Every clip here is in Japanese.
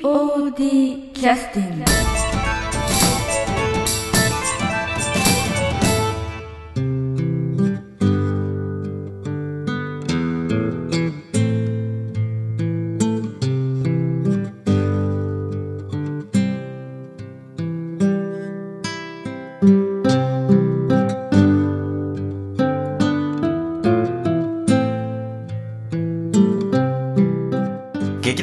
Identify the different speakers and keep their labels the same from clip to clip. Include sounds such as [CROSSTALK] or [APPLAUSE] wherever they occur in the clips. Speaker 1: POD キャスティング
Speaker 2: 劇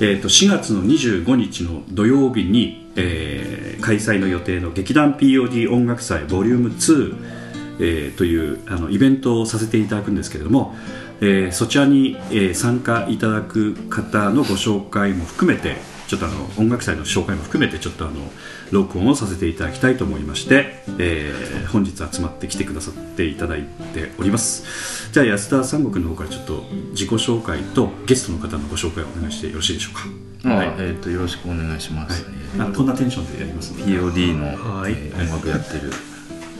Speaker 3: えー、と4月の25日の土曜日に、えー開催の予定の劇団 POD 音楽祭ボリューム2、えーというあのイベントをさせていただくんですけれども、えーそちらに、えー参加いただく方のご紹介も含めてちょっとあの音楽祭の紹介も含めてちょっとあの録音をさせていただきたいと思いまして、えー本日集まってきてくださっていただいておりますじゃあ安田三国の方からちょっと自己紹介とゲストの方のご紹介をお願いしてよろしいでしょうか
Speaker 4: まあ、
Speaker 3: はい、
Speaker 4: えっ、と、よろしくお願いします。え
Speaker 3: あこんなテンションでやりますので
Speaker 4: ー POD の、
Speaker 3: はい
Speaker 4: えー音楽やってる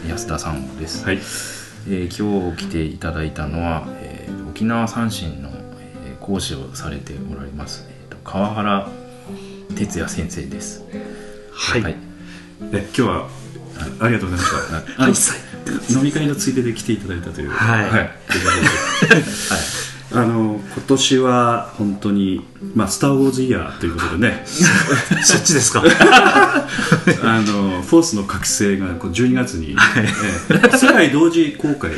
Speaker 4: 安田さんです。
Speaker 3: はい
Speaker 4: えー今日来ていただいたのは、えー沖縄三線の、えー講師をされておられます、えーと川原哲也先生です。
Speaker 3: はい、え今日はあありがとうござい
Speaker 4: あ
Speaker 3: ました。飲み会のついでで来ていただいたという。はい。はい。あの今年は本当にまあスターウォーズイヤーということで
Speaker 4: [LAUGHS]
Speaker 3: ね。
Speaker 5: そっちですか
Speaker 3: [LAUGHS] あのフォースの覚醒がこう12月に、ええ世界同時公開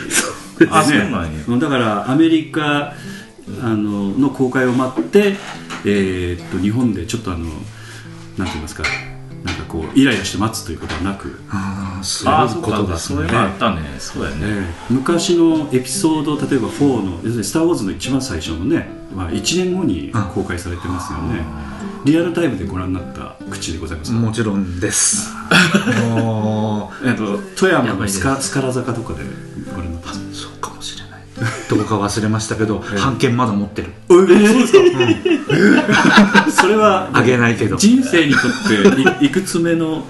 Speaker 3: で
Speaker 4: あそうなんや
Speaker 3: だからアメリカあのの公開を待って、えーっと日本でちょっとあのなんて言いますかなんかこうイライラして待つということはなく、
Speaker 5: そ
Speaker 4: あ
Speaker 5: う
Speaker 4: あ、
Speaker 5: い
Speaker 4: そうう
Speaker 5: こと
Speaker 4: か、
Speaker 5: です
Speaker 4: そうい
Speaker 5: ね
Speaker 4: うのあったね。そうだよ
Speaker 3: え
Speaker 4: ね。
Speaker 3: え昔のエピソード例えば4の要するに「スター・ウォーズ」の一番最初のね、まあ、1年後に公開されてますよねリアルタイムでご覧になった口でございます
Speaker 5: もちろんです [LAUGHS] も
Speaker 3: えっと、富山
Speaker 5: やば
Speaker 3: の
Speaker 5: いです
Speaker 3: スカスカラ坂とかでご覧になったんですか
Speaker 5: うそうかもしれないどこか忘れましたけど半券まだ持ってる
Speaker 3: [LAUGHS] それは
Speaker 5: あげないけど
Speaker 3: 人生にとっていいくつ目の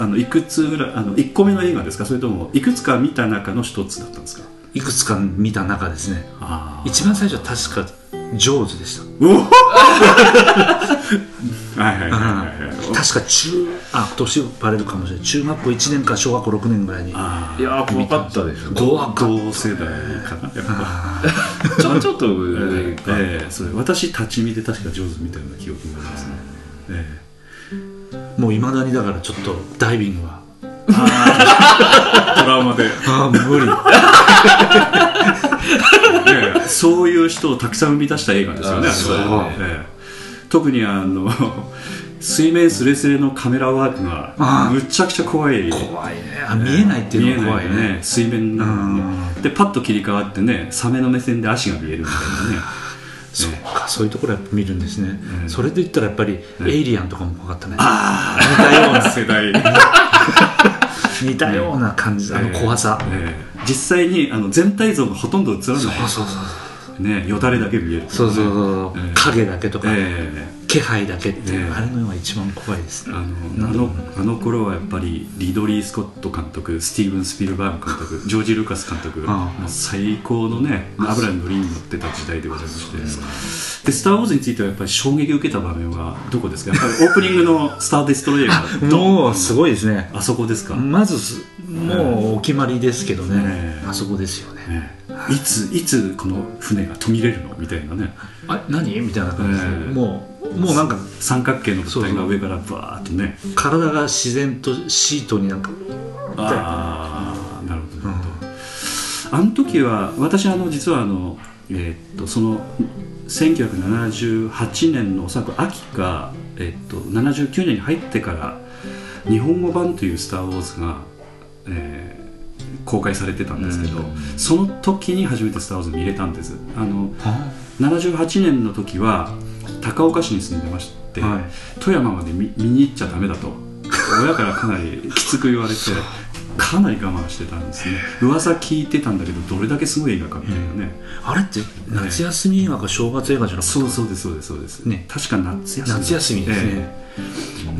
Speaker 3: あのいくつぐらいあの1個目の映画ですかそれともいくつか見た中の一つだったんですか
Speaker 5: いくつか見た中ですね
Speaker 3: あ
Speaker 5: 一番最初は確かジョーズでした
Speaker 3: [LAUGHS] はいはいはいはいはい
Speaker 5: 確か中あ年バレるかもしれない中学校1年か小学校6年ぐらいに
Speaker 3: あ
Speaker 4: いやー、怖かったでしょ。
Speaker 5: どうあか
Speaker 3: 同世代かなやっぱ、
Speaker 4: ちょちょっと上
Speaker 3: え
Speaker 4: か、
Speaker 3: えそれ私立ち見で確か上手みたいな記憶がありますね、え
Speaker 5: もういまだにだからちょっとダイビングは
Speaker 3: えトラウマで [LAUGHS]
Speaker 5: ああ無理
Speaker 3: ええそういう人をたくさん生み出した映画ですよね。
Speaker 4: あそう
Speaker 3: あれは
Speaker 4: そう
Speaker 3: ええ特にあの [LAUGHS] 水面すれすれのカメラワークが
Speaker 5: あ
Speaker 3: むちゃくちゃ怖い。
Speaker 5: 怖いね [LAUGHS] あ見えないっていうのは怖い
Speaker 3: 見えない
Speaker 5: ね
Speaker 3: 水面なのにでパッと切り替わってねサメの目線で足が見えるみたいなね。
Speaker 5: そうかそういうところはやっぱ見るんですね、それで言ったらやっぱり「エイリアン」とかも怖かったね、
Speaker 3: [LAUGHS] 世代。
Speaker 5: 似たような感じ、あの怖さ、
Speaker 3: ええ実際にあの全体像がほとんど映らない。
Speaker 5: そうそうそう
Speaker 3: ねよだれだけ見える。
Speaker 5: そうそうそう、
Speaker 3: ええ
Speaker 5: 影だけとか、
Speaker 3: ええ
Speaker 5: 気配だけっていう、
Speaker 3: ええ
Speaker 5: あれのが一番怖いですね
Speaker 3: あのあ
Speaker 5: なんだろ
Speaker 3: のあの頃はやっぱりリドリー・スコット監督スティーブン・スピルバーグ監督ジョージ・ルーカス監督
Speaker 5: ああ
Speaker 3: もう最高のね油に乗りに乗ってた時代でございましてで「スター・ウォーズ」についてはやっぱり衝撃を受けた場面はどこですかやっぱりオープニングの「スター・デストロイヤー
Speaker 5: う
Speaker 3: が」
Speaker 5: もうすごいですね
Speaker 3: あそこですか、
Speaker 5: まずすもうお決まりですけどね、
Speaker 3: ええ
Speaker 5: あそこですよね、
Speaker 3: ねいついつこの船が途切れるのみたいなね
Speaker 5: あ何みたいな感じで、
Speaker 3: ええ
Speaker 5: もうもうなんか
Speaker 3: 三角形の物体が上からバーッとね
Speaker 5: 体が自然とシートになんか
Speaker 3: ああなるほどなるほど、あの時は私あの実はあの、えーっとその1978年のおそらく秋か、えーっと79年に入ってから日本語版という「スター・ウォーズが」えー公開されてたんですけど、その時に初めて「スター・ウォーズ」見れたんですあの78年の時は高岡市に住んでまして、
Speaker 5: は
Speaker 3: 富山まで見見に行っちゃダメだと [LAUGHS] 親からかなりきつく言われてかなり我慢してたんですね噂聞いてたんだけどどれだけすごい映画かみたいなね、
Speaker 5: あれって夏休み映画か正月映画じゃなくて
Speaker 3: そうそうですそうですそうです、
Speaker 5: ね
Speaker 3: 確か夏休み
Speaker 5: 夏休みですね、
Speaker 3: え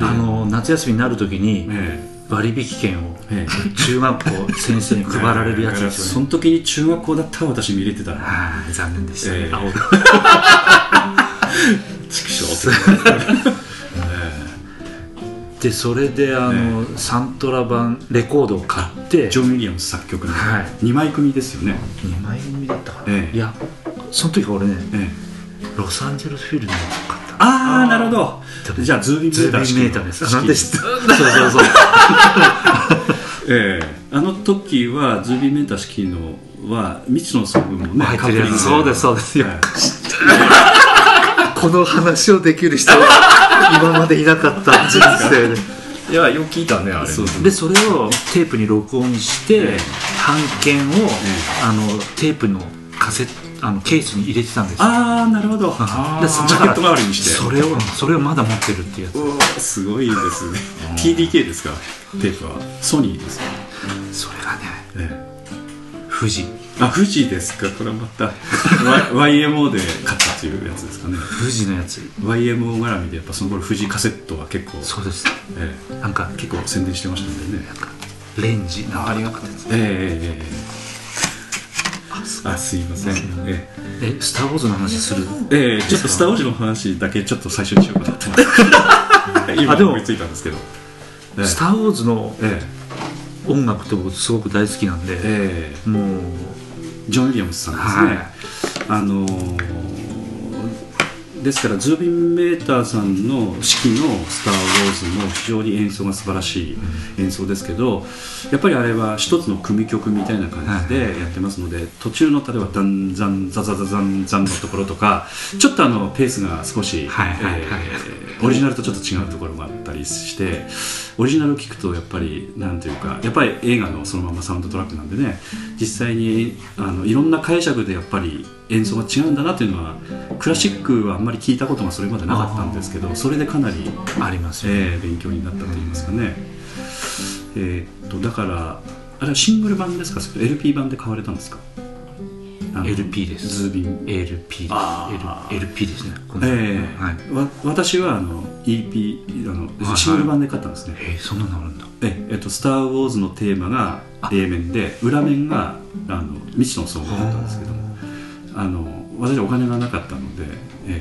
Speaker 5: あの夏休みになるとき
Speaker 3: え
Speaker 5: に
Speaker 3: え
Speaker 5: 割引券を
Speaker 3: えええ
Speaker 5: 中学校先生に配られるやつで
Speaker 3: そ
Speaker 5: す
Speaker 3: の
Speaker 5: よね
Speaker 3: 時に中学校だったら私見れてたら
Speaker 5: はい残念でした
Speaker 3: え
Speaker 5: ね
Speaker 3: え
Speaker 5: 青
Speaker 3: 畜生って
Speaker 5: でそれであのサントラ版レコードを買って
Speaker 3: ジョン・ウィリアムス作曲の
Speaker 5: はい
Speaker 3: 2枚組ですよね、
Speaker 5: 2枚組だったかな
Speaker 3: ええ
Speaker 5: いやその時俺ね
Speaker 3: ええ
Speaker 5: ロサンゼルスフィルムを買った
Speaker 3: ああなるほど
Speaker 5: 多分
Speaker 3: じゃあズービンメ
Speaker 5: ズ
Speaker 3: ー
Speaker 5: ー
Speaker 3: タ
Speaker 5: ビ
Speaker 3: ー
Speaker 5: ンメーターですあなんで知って
Speaker 3: た、
Speaker 5: そうそうそう
Speaker 3: ええあの時はズービンメーター式のは未知のソングもね
Speaker 5: 入ってるや
Speaker 3: カップリ
Speaker 5: つ
Speaker 3: ング
Speaker 5: そうですそうですよ
Speaker 3: え
Speaker 5: [LAUGHS] この話をできる人は今までいなかった人生で
Speaker 4: いやよく聞いたねあれ
Speaker 3: えそうそう
Speaker 5: でそれをテープに録音して、
Speaker 3: ええ
Speaker 5: 版権を、
Speaker 3: え
Speaker 5: あのテープのカセッあのケースに入れてたんですよ
Speaker 3: ああなるほどあ
Speaker 5: で
Speaker 3: ージャケット代わりにして
Speaker 5: それをそれをまだ持ってるっていうやつ
Speaker 3: おー [LAUGHS] すごいですね TDK ですかテープはソニーですか、
Speaker 5: それが
Speaker 3: え
Speaker 5: ね
Speaker 3: え
Speaker 5: 富士
Speaker 3: あ、富士ですか。これはま
Speaker 5: [LAUGHS]
Speaker 3: た Y- YMO で勝ったというやつですかね。
Speaker 5: 富士のやつ
Speaker 3: YMO 絡みでやっぱその頃富士カセットは結構、
Speaker 5: そうです
Speaker 3: ええ
Speaker 5: なんか
Speaker 3: 結構宣伝してましたんでね。
Speaker 5: レンジなんか
Speaker 3: ええええええあ、すいません。え
Speaker 5: えスター・ウォーズの話する
Speaker 3: えええちょっとスター・ウォーズの話だけちょっと最初にしようかなと思って。今
Speaker 5: あでも
Speaker 3: 思 [LAUGHS] いついたんですけど。ええ
Speaker 5: スター・ウォーズの
Speaker 3: え
Speaker 5: 音楽って僕すごく大好きなんで、
Speaker 3: えええ
Speaker 5: もう
Speaker 3: ジョン・ウィリアムスさんですね、
Speaker 5: はい
Speaker 3: あのーですからズービン・メーターさんの式の「スター・ウォーズ」も非常に演奏が素晴らしい演奏ですけどやっぱりあれは一つの組曲みたいな感じでやってますので途中の例えば「ダンザンザザザザンザン」のところとかちょっとあのペースが少し、
Speaker 5: はいはいはい
Speaker 3: えーオリジナルとちょっと違うところもあったりしてオリジナルを聞くとやっぱりなんていうかやっぱり映画のそのままサウンドトラックなんでね実際にあのいろんな解釈でやっぱり演奏が違うんだなっていうのはクラシックはあんまり聞いたことがそれまでなかったんですけどそれでかなり、
Speaker 5: ありますよね、
Speaker 3: えー勉強になったと言いますかね、えーっとだからあれはシングル版ですかそれ LP 版で買われたんですかあの
Speaker 5: LP です
Speaker 3: ズービン
Speaker 5: LP です
Speaker 3: あ
Speaker 5: L LP ですねこの
Speaker 3: ええ
Speaker 5: はい、
Speaker 3: わ私はあの EP あの、
Speaker 5: はい
Speaker 3: シングル版で買ったんですね、
Speaker 5: えーそんなのあるんだ
Speaker 3: ええっと「スター・ウォーズ」のテーマが A 面で裏面があの未知の総合だったんですけどもあの私はお金がなかったので、ええ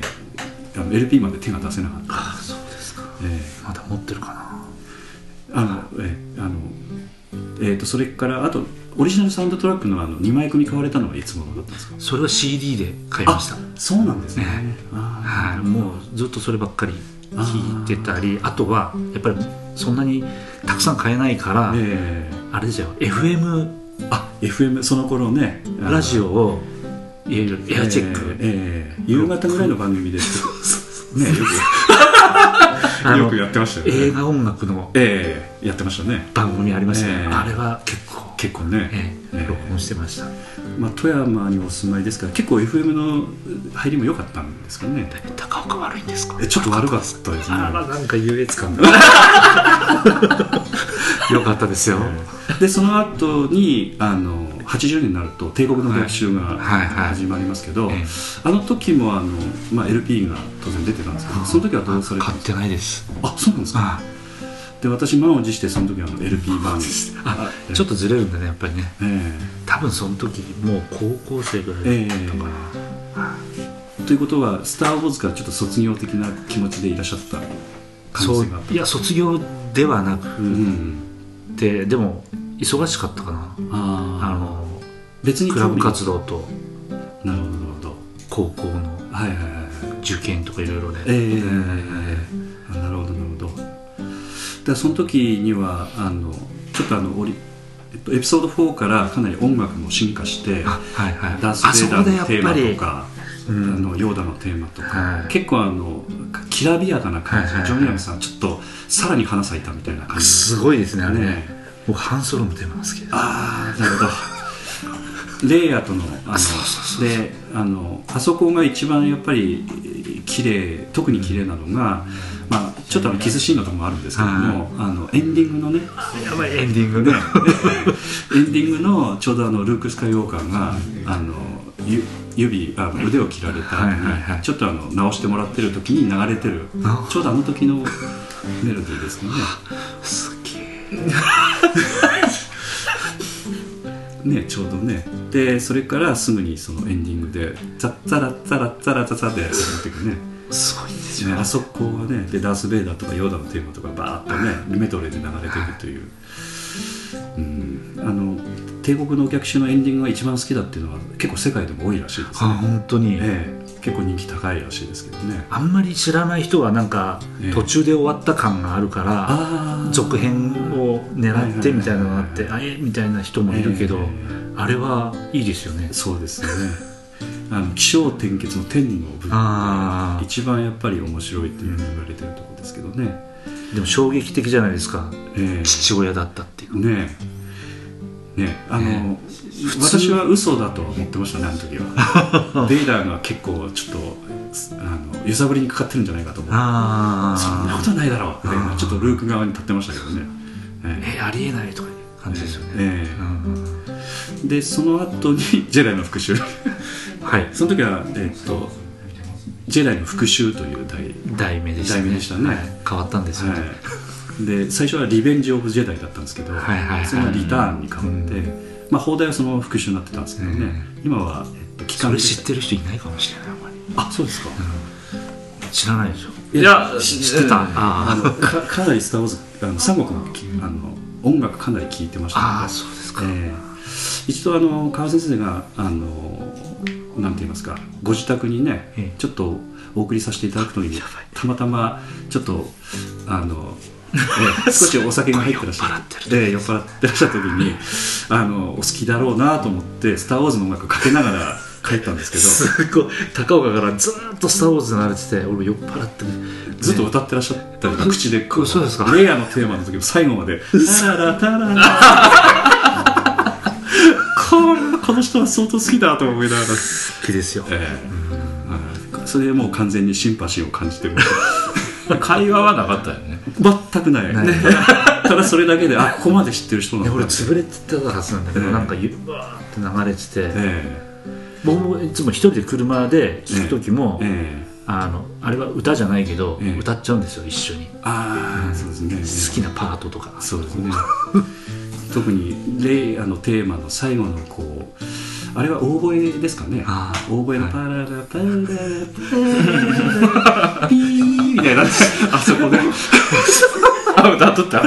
Speaker 3: あの LP まで手が出せなかった、
Speaker 5: ああそうですか
Speaker 3: え
Speaker 5: まだ持ってるかな
Speaker 3: えあのええあのえっとそれからあとオリジナルサウンドトラックのあの2枚組買われたのはいつ頃だったんですか
Speaker 5: それは CD で買いました
Speaker 3: そうなんですね
Speaker 5: ね
Speaker 3: あ
Speaker 5: はい、もうずっとそればっかり聞いてたりあとはやっぱりそんなにたくさん買えないから、
Speaker 3: あえ
Speaker 5: あれですよ FM
Speaker 3: えあ FM その頃ねあの
Speaker 5: ラジオをいわゆるエアチェック、
Speaker 3: ええええ夕方ぐらいの番組でねよ
Speaker 5: あ
Speaker 3: く
Speaker 5: の
Speaker 3: よくやってましたよね
Speaker 5: 映画音楽の
Speaker 3: ええやってましたね
Speaker 5: 番組ありましたね、
Speaker 3: ええ
Speaker 5: あれは結構、
Speaker 3: 結構ね、
Speaker 5: ええ
Speaker 3: ええ
Speaker 5: 録音してました
Speaker 3: まあ、富山にお住まいですから結構 FM の入りも良かったんですかね
Speaker 5: 高岡悪いんですか
Speaker 3: えちょっと悪かったですね
Speaker 5: あらなんか優
Speaker 3: [LAUGHS]
Speaker 5: 越感がよかったですよ、
Speaker 3: でその後にあの80年になると帝国の学習が
Speaker 5: はいはい
Speaker 3: 始まりますけど、
Speaker 5: ええ
Speaker 3: あの時もあの、まあ、LP が当然出てたんですけどその時はどうされたん
Speaker 5: 買
Speaker 3: で
Speaker 5: っ
Speaker 3: すか
Speaker 5: てないです
Speaker 3: あそうなんですか
Speaker 5: あ
Speaker 3: で私満を持してその時はあの LP 版です
Speaker 5: あちょっとずれるんだねやっぱりね
Speaker 3: ええ
Speaker 5: 多分その時もう高校生ぐらいだったかな、
Speaker 3: ということは「スター・ウォーズ」からちょっと卒業的な気持ちでいらっしゃった可
Speaker 5: そ
Speaker 3: 能
Speaker 5: う
Speaker 3: 性があった
Speaker 5: いや卒業ではな
Speaker 3: う
Speaker 5: く
Speaker 3: ん
Speaker 5: てでも忙しかったかなあ
Speaker 3: ああ
Speaker 5: の
Speaker 3: 別に
Speaker 5: クラブ活
Speaker 3: 動
Speaker 5: 動と
Speaker 3: なるほどなるほど
Speaker 5: 高校の
Speaker 3: はいはいはいはい
Speaker 5: 受験とかいろいろで、
Speaker 3: ええあなるほどなるほどだからその時にはあのちょっとあのオリ、えっと、エピソード4からかなり音楽も進化して
Speaker 5: あはいはい
Speaker 3: ダンス・ベイダーのテーマと
Speaker 5: は
Speaker 3: かあ
Speaker 5: うん
Speaker 3: のヨーダのテーマとか、
Speaker 5: はい
Speaker 3: 結構あのきらびやかな感じ
Speaker 5: はい
Speaker 3: の
Speaker 5: はいはい
Speaker 3: ジョン・ウィリアムさんちょっとさらに花咲いたみたいな感
Speaker 5: い
Speaker 3: じ
Speaker 5: すごいですねあれ
Speaker 3: ね
Speaker 5: ね僕ハンソロのテーマが好きです
Speaker 3: ああなるほどレイヤーとのあの
Speaker 5: そうそうそう
Speaker 3: であのあそこが一番やっぱりえー綺麗特に綺麗なのが、まあちょっとあのキスシーンのとこもあるんですけども、あのエンディングのね
Speaker 5: やばいエンディングね
Speaker 3: エンディングのちょうどあのルーク・スカイウォーカーがあのゆ指あ腕を切られた後に、
Speaker 5: はいはいはい
Speaker 3: ちょっとあの直してもらってる時に流れてる
Speaker 5: あ
Speaker 3: ちょうどあの時のメロディーですよね
Speaker 5: すげえ
Speaker 3: ねちょうどねでそれからすぐにそのエンディングで「ザッザラッザラッザラッザザ」でやっていくね
Speaker 5: すごいんです
Speaker 3: ねあそこはねでダース・ベイダーとかヨーダのテーマとかバーッとねメドレーで流れていくという、うん、あの帝国のお客手のエンディングが一番好きだっていうのは結構世界でも多いらしいです
Speaker 5: あ
Speaker 3: ね、
Speaker 5: 本当に、
Speaker 3: ええ結構人気高いらしいですけどね
Speaker 5: あんまり知らない人はなんか
Speaker 3: ええ
Speaker 5: 途中で終わった感があるから、
Speaker 3: あー
Speaker 5: 続編を狙ってみたいなのがあって、
Speaker 3: はいは
Speaker 5: あえみたいな人もいるけ
Speaker 3: え
Speaker 5: ど、
Speaker 3: え
Speaker 5: あれはいいですよね
Speaker 3: そうですねあの気象転結の天の部分
Speaker 5: あ
Speaker 3: が
Speaker 5: ー
Speaker 3: 一番やっぱり面白いっていうふうに言われてるところですけどね、
Speaker 5: でも衝撃的じゃないですか
Speaker 3: ええ
Speaker 5: 父親だったっていう
Speaker 3: ねえねえあの、
Speaker 5: 通
Speaker 3: 私は嘘だと思ってましたねあの時は [LAUGHS] ベイダーが結構ちょっとすあの揺さぶりにかかってるんじゃないかと思って
Speaker 5: あ
Speaker 3: そんなことないだろうって
Speaker 5: あー
Speaker 3: ちょっとルーク側に立ってましたけどねえ
Speaker 5: えありえないとかいう感じですよね、
Speaker 3: ええ
Speaker 5: うん
Speaker 3: えでその後にジェダイの復讐
Speaker 5: はい
Speaker 3: [LAUGHS] その時はえっとジェダイの復讐という題
Speaker 5: 題名でしたね
Speaker 3: 題名でしたね
Speaker 5: はい変わったんですよね、
Speaker 3: はい、で最初は「リベンジ・オブ・ジェダイ」だったんですけど、
Speaker 5: はいはいはい
Speaker 3: そのリターンに変わって、
Speaker 5: う
Speaker 3: まあ、放題はその復讐になってたんですけどね、今は、えっと、期
Speaker 5: そ
Speaker 3: 間
Speaker 5: れ知ってる人いないかもしれないあんまり
Speaker 3: あそうですか、
Speaker 5: 知らないでしょ
Speaker 3: いや
Speaker 5: し知ってた
Speaker 3: あ
Speaker 5: あ
Speaker 3: のか [LAUGHS] かなり「スター・ウォーズ」あの三国のきあの音楽かなり聴いてました
Speaker 5: あ
Speaker 3: の
Speaker 5: あ
Speaker 3: で
Speaker 5: そうですか、
Speaker 3: ええ一度あの川先生があのなんて言いますかご自宅にね、
Speaker 5: ええ
Speaker 3: ちょっとお送りさせていただくのにたまたまちょっとあの、 [LAUGHS] ええ少しお酒が入ってらっしゃってええ酔っ払ってらっしゃった時にあのお好きだろうなと思って「スター・ウォーズ」の音楽かけながら帰ったんですけど
Speaker 5: すごい高岡からずーっと「スター・ウォーズ」慣れてて俺酔っ払って
Speaker 3: ずっと歌ってらっしゃったりとか、
Speaker 5: ね
Speaker 3: 口でこ
Speaker 5: そうですか
Speaker 3: レイヤーのテーマの時も最後まで「タララタララ」これ [LAUGHS] この人は相当好きだと思いながら、
Speaker 5: 好きですよ
Speaker 3: ええはいそれでもう完全にシンパシーを感じてます
Speaker 4: 会話はなかったよね
Speaker 3: 全くない
Speaker 5: ない
Speaker 3: ね [LAUGHS] ただそれだけであここまで知ってる人なん
Speaker 5: ね
Speaker 3: だ
Speaker 5: 俺潰れてたはずなんだけど、
Speaker 3: ええ
Speaker 5: なんかゆわーって流れてて、
Speaker 3: え
Speaker 5: 僕もいつも一人で車で聴く時も
Speaker 3: え、え
Speaker 5: あのあれは歌じゃないけど、
Speaker 3: ええ
Speaker 5: 歌っちゃうんですよ一緒に
Speaker 3: えああそうですね
Speaker 5: 好きなパートとか
Speaker 3: そうですね [LAUGHS] 特にレイヤーのテーマの最後のこうあれはオーボエですかね
Speaker 5: あー
Speaker 3: オーボエのパララパララパララピーみたいなあそこで
Speaker 4: あ歌っとった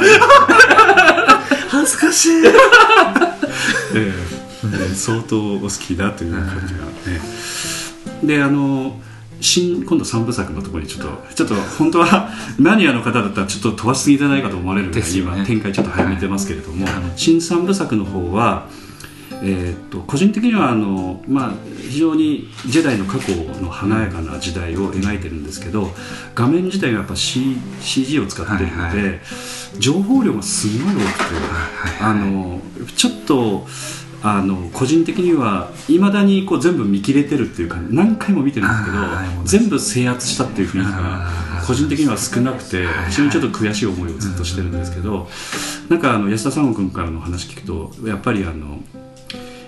Speaker 5: 恥ずかし
Speaker 3: [LAUGHS]
Speaker 5: い
Speaker 3: ええええ相当お好きだという感じが、ええであの新今度3部作のところにちょっとちょっと本当はマニアの方だったらちょっと飛ばしすぎじゃないかと思われるぐら
Speaker 5: で
Speaker 3: い
Speaker 5: すよね
Speaker 3: 今展開ちょっと早めてますけれども、
Speaker 5: はい
Speaker 3: 新3部作の方は、えーっと個人的にはあの、まあ、非常にジェダイの過去の華やかな時代を描いてるんですけど画面自体がやっぱ、C、CG を使ってるので、
Speaker 5: はいは
Speaker 3: 情報量がすごい多くて、あのちょっとあの個人的にはいまだにこう全部見切れてるっていうか何回も見てるんですけど、
Speaker 5: はいはい
Speaker 3: 全部制圧したっていう雰囲気が個人的には少なくて非常にちょっと悔しい思いをずっとしてるんですけど、なんかあの安田三悟君からの話聞くとやっぱりあの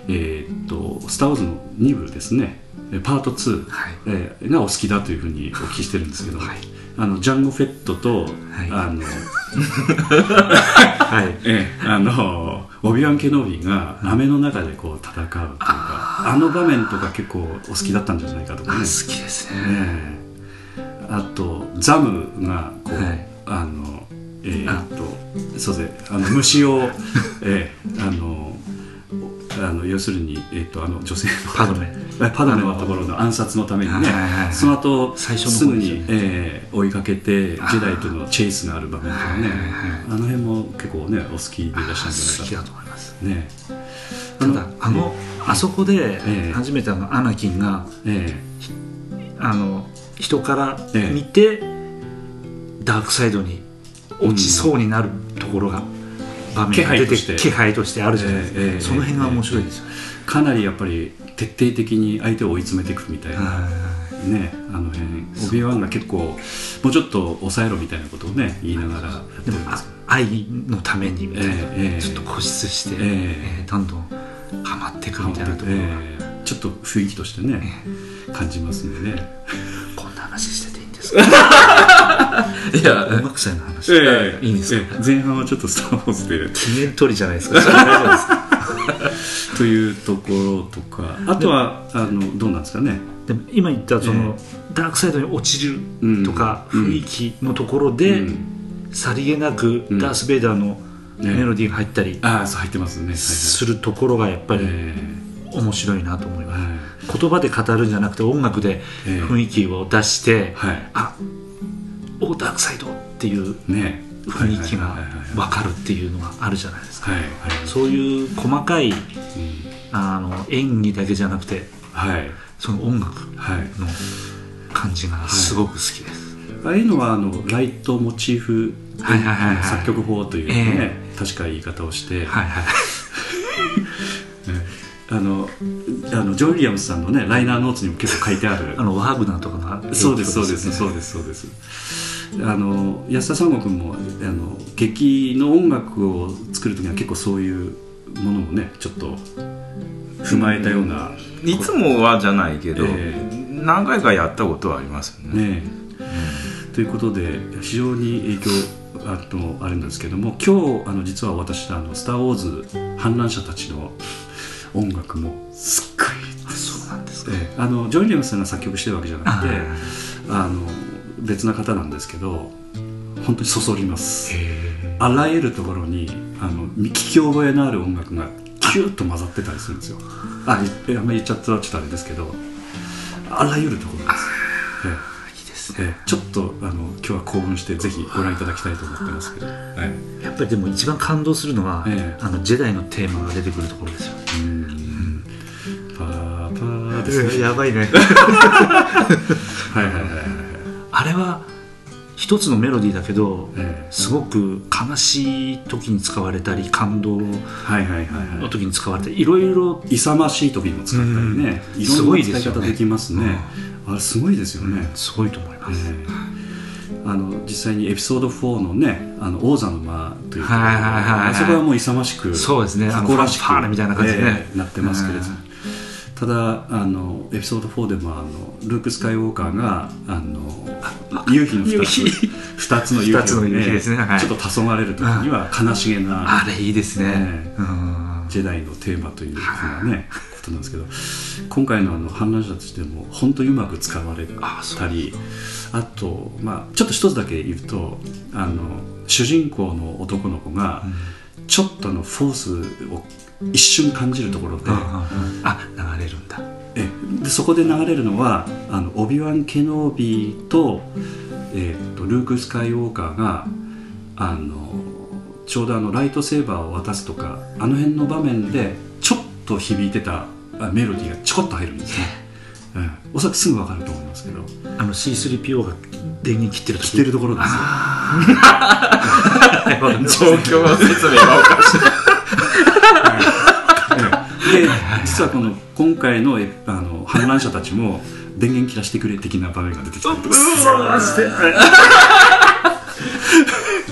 Speaker 3: えーっと「スター・ウォーズ」の2部ですねえパート2、
Speaker 5: はい
Speaker 3: えーがお好きだというふうにお聞きしてるんですけど、あのジャンゴ・フェットと、
Speaker 5: い
Speaker 3: あの
Speaker 5: はい
Speaker 3: ええ、あのオビワン・ケノービが雨の中でこう戦うというかあの場面とか結構お好きだったんじゃないかとかね
Speaker 5: 好きですね
Speaker 3: ええあとザムがこう、
Speaker 5: はい
Speaker 3: あのえーっとそうですねあの虫
Speaker 5: [LAUGHS]
Speaker 3: をええあのあの要するに、えーっとあの女性の
Speaker 5: パドメ
Speaker 3: え [LAUGHS] パドメのところの暗殺のためにね、
Speaker 5: はいはいはい
Speaker 3: その後
Speaker 5: 最初
Speaker 3: す
Speaker 5: の
Speaker 3: ぐ
Speaker 5: 方ですよ
Speaker 3: に、
Speaker 5: ね
Speaker 3: えー追いかけてジェダイとのチェイスがある場面とかね、あの辺も結構ねお好きでいらっしゃるんじ
Speaker 5: 好
Speaker 3: ゃない
Speaker 5: きだ
Speaker 3: か
Speaker 5: と思います
Speaker 3: とね
Speaker 5: ただあの、あそこで
Speaker 3: ええ
Speaker 5: 初めてあのアナキンが
Speaker 3: ええ
Speaker 5: あの人から
Speaker 3: ええ
Speaker 5: 見て、ダークサイドに落ちそうになるところが、場面が出
Speaker 3: 気配と
Speaker 5: て
Speaker 3: して
Speaker 5: 気配としてあるじゃないですか、
Speaker 3: ええええ
Speaker 5: その辺が面白いですよね、
Speaker 3: かなりやっぱり徹底的に相手を追い詰めていくみたいな、ねあの辺オビワンが結構もうちょっと抑えろみたいなことをね言いながらやって
Speaker 5: で
Speaker 3: る
Speaker 5: も
Speaker 3: んです
Speaker 5: あ愛のためにみたいな、
Speaker 3: ええええ
Speaker 5: ちょっと固執して、
Speaker 3: ええ
Speaker 5: えーどんどんハマっていくみたいなところが、
Speaker 3: ええちょっと雰囲気としてね感じますんでね
Speaker 5: こんな話してていいんですか
Speaker 4: いや
Speaker 5: 音楽祭の話、
Speaker 3: ええ
Speaker 5: いいんです
Speaker 3: ええ前半はちょっと「スター・ウォーズ」で
Speaker 5: 記念撮りじゃない
Speaker 3: [LAUGHS]
Speaker 5: ですかそれ大丈夫ですか
Speaker 3: というところとかあとはあのどうなんですかね
Speaker 5: でも今言ったその、ダークサイドに落ちるとか、
Speaker 3: うん
Speaker 5: 雰囲気のところで、
Speaker 3: うん
Speaker 5: さりげなく
Speaker 3: うん
Speaker 5: ダース・ベイダーの
Speaker 3: ね
Speaker 5: メロディーが入ったり
Speaker 3: ああそう入ってますねはい
Speaker 5: するところがやっぱ
Speaker 3: はい
Speaker 5: り
Speaker 3: え
Speaker 5: 面白いなと思い
Speaker 3: え
Speaker 5: ます、
Speaker 3: は
Speaker 5: 言葉で語るんじゃなくて音楽で
Speaker 3: ええ
Speaker 5: 雰囲気を出して、
Speaker 3: いはい
Speaker 5: あオーダークサイドっていう
Speaker 3: ね
Speaker 5: 雰囲気が
Speaker 3: はいはいはいはい
Speaker 5: 分かるっていうのがあるじゃないですか
Speaker 3: はいはい
Speaker 5: そういう細かい
Speaker 3: うん
Speaker 5: あの演技だけじゃなくて
Speaker 3: はい
Speaker 5: その音楽
Speaker 3: はい
Speaker 5: の感じがすごく好きです、
Speaker 3: ああいうのはあのライトモチーフ
Speaker 5: はいはいはいはい
Speaker 3: 作曲法というね、確か言い方をして、
Speaker 5: は
Speaker 3: [LAUGHS]
Speaker 5: いはい
Speaker 3: あのあのジョン・ウィリアムスさんのねライナーノーツにも結構書いてある
Speaker 5: あのワーグナーとかの
Speaker 3: そうですそうです
Speaker 5: ね
Speaker 3: そうですそうですあの安田三悟君もあの劇の音楽を作る時には結構そういうものもねちょっと踏まえたような、
Speaker 4: いつもはじゃないけど、
Speaker 3: え
Speaker 4: 何回かやったことはありますよね
Speaker 3: ねということで非常に影響あのあるんですけども今日あの実は私あの「スター・ウォーズ」反乱者たちの音楽もすっごい
Speaker 5: そうなんですか
Speaker 3: ええあのジョン・ウィリアムスさんが作曲してるわけじゃなくて
Speaker 5: あ
Speaker 3: あの別な方なんですけど本当にそそりますあらゆるところにあの聞き覚えのある音楽がキュッと混ざってたりするんですよあいえあんまり言っちゃったらちょっとあれですけどあらゆるところです、ええ
Speaker 5: いいですね
Speaker 3: ええちょっとあの今日は興奮してぜひご覧いただきたいと思ってますけど、はい、
Speaker 5: やっぱりでも一番感動するのは、
Speaker 3: ええ
Speaker 5: あのジェダイのテーマが出てくるところですよ
Speaker 3: うんパーパーですね
Speaker 5: [LAUGHS] やばいね
Speaker 3: はいはいはいはい、
Speaker 5: あれは一つのメロディーだけど
Speaker 3: ええ
Speaker 5: すごく悲しい時に使われたり感動の
Speaker 3: はいはいはいはい
Speaker 5: 時に使われたりいろいろ
Speaker 3: 勇ましい時も使ったりね、
Speaker 5: うん
Speaker 3: い
Speaker 5: す
Speaker 3: ろん
Speaker 5: ご
Speaker 3: ない
Speaker 5: で
Speaker 3: 使い
Speaker 5: すよ
Speaker 3: 方
Speaker 5: ね
Speaker 3: できますねあれすごいですよね、
Speaker 5: すごいと思います、
Speaker 3: ええあの実際にエピソード4のね「あの王座の間」というところ
Speaker 5: はいはいはいはい
Speaker 3: あそこはもう勇ましく
Speaker 5: そうですねあの
Speaker 3: 誇らしく
Speaker 5: ファンファーレみたいな感じでね
Speaker 3: ええなってますけれど、
Speaker 5: うん
Speaker 3: ただあのエピソード4でもあのルーク・スカイウォーカーがあの夕日の2つ
Speaker 5: 夕日
Speaker 3: 二つの夕日,、
Speaker 5: 二つの夕日ですねはい
Speaker 3: ちょっと黄昏れる時には悲しげな
Speaker 5: あれいいですね、
Speaker 3: ええ
Speaker 5: うん
Speaker 3: ジェダイのテーマというふうなねことなんですけど今回のあの反乱者たちでも本当にうまく使われ
Speaker 5: あそう
Speaker 3: たりあと、まあ、ちょっと一つだけ言うとあの主人公の男の子がちょっとあのフォースを一瞬感じるところで,、
Speaker 5: あ流れるんだ
Speaker 3: えでそこで流れるのはあのオビワン・ケノービーと,、えーとルーク・スカイウォーカーがあのちょうどあのライトセーバーを渡すとかあの辺の場面でちょっと響いてたあメロディーがちょこっと入るんですね、うん、おそらくすぐ分かると思いますけど
Speaker 5: あの C3PO が電源切ってる時
Speaker 3: 来てるところですよ
Speaker 4: [LAUGHS] 状況の説明がおかし
Speaker 3: で実はこの今回のえあの反乱者たちも電源切らしてくれ的な場面が出てきてるんです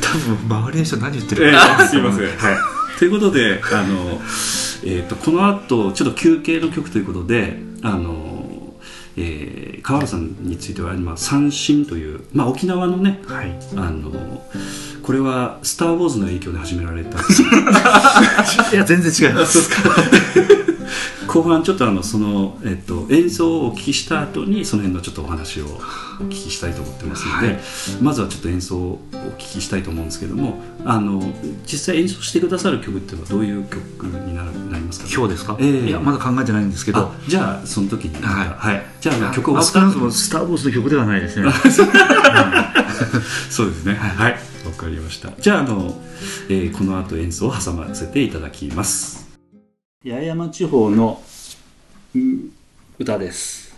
Speaker 5: 多分周りの人何言って
Speaker 3: え
Speaker 5: る
Speaker 3: えすいません。 [LAUGHS] はい。ということで、あの、えっ、と、この後、ちょっと休憩の曲ということで、あの、えー、河原さんについては、今、三振という、まあ、沖縄のね、
Speaker 5: はい
Speaker 3: あの、これは、スター・ウォーズの影響で始められた。 [LAUGHS]
Speaker 5: いや全然違います
Speaker 3: 後半、ちょっとあの、その、えっ、と、演奏をお聞きした後に、その辺のちょっとお話をお聞きしたいと思ってますので、
Speaker 5: はい
Speaker 3: まずはちょっと演奏をお聞きしたいと思うんですけども、あの、実際演奏してくださる曲っていうのはどういう曲になるなりますか、
Speaker 5: 今日ですか、
Speaker 3: ええ
Speaker 5: いやまだ考えてないんですけど
Speaker 3: あじゃあその時に
Speaker 5: はい
Speaker 3: はい、じゃあ曲を終わ
Speaker 5: あ
Speaker 3: っ
Speaker 5: 少
Speaker 3: た
Speaker 5: なくともスター・ウォーズの曲ではないですね
Speaker 3: そうですねはいわ、かりましたじゃああの、えーこの後演奏を挟ませていただきます
Speaker 6: 八重山地方のうん歌です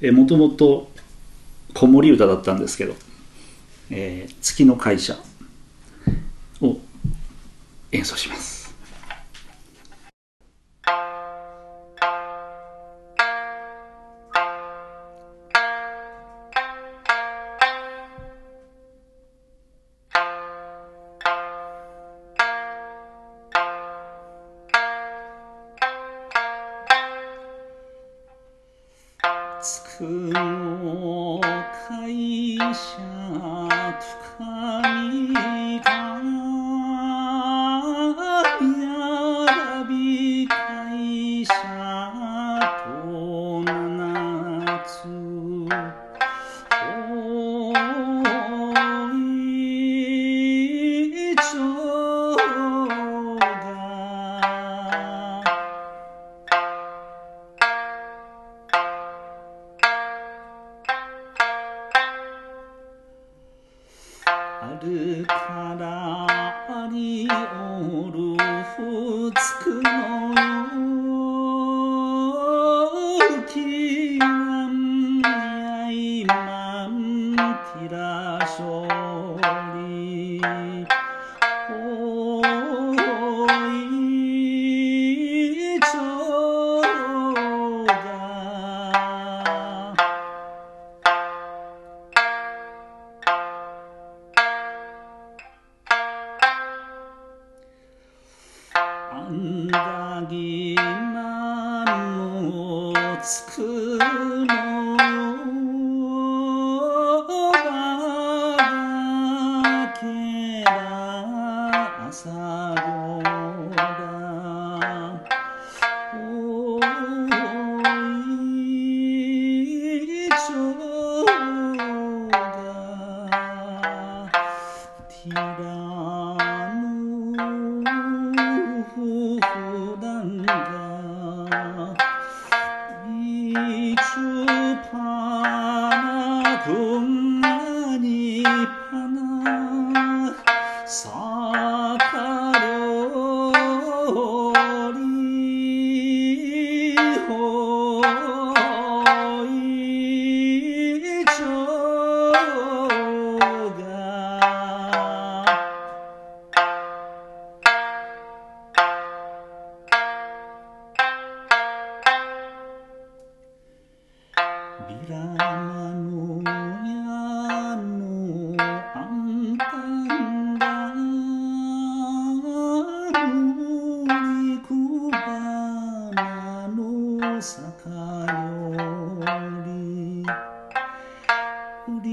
Speaker 6: えーもともと子守歌だったんですけど「えー月の会社」を演奏します筑後会社深みがび会社と七つおいちょうがあるからありおるふつくのきがんやいまんきらしょりおいちょうがあんだぎなのつくのがけら朝ごらおいちょうがティラノフフランガイチュパナコンガニパナサカ料理ホイチョがビラマの矢のあんたが乗りくばなの坂より売り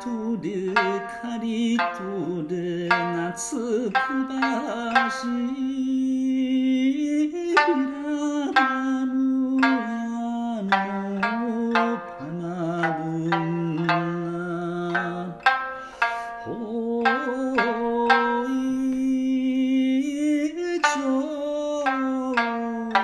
Speaker 6: とで借りとで夏くばしひらがのやのパナブンがほいちょうが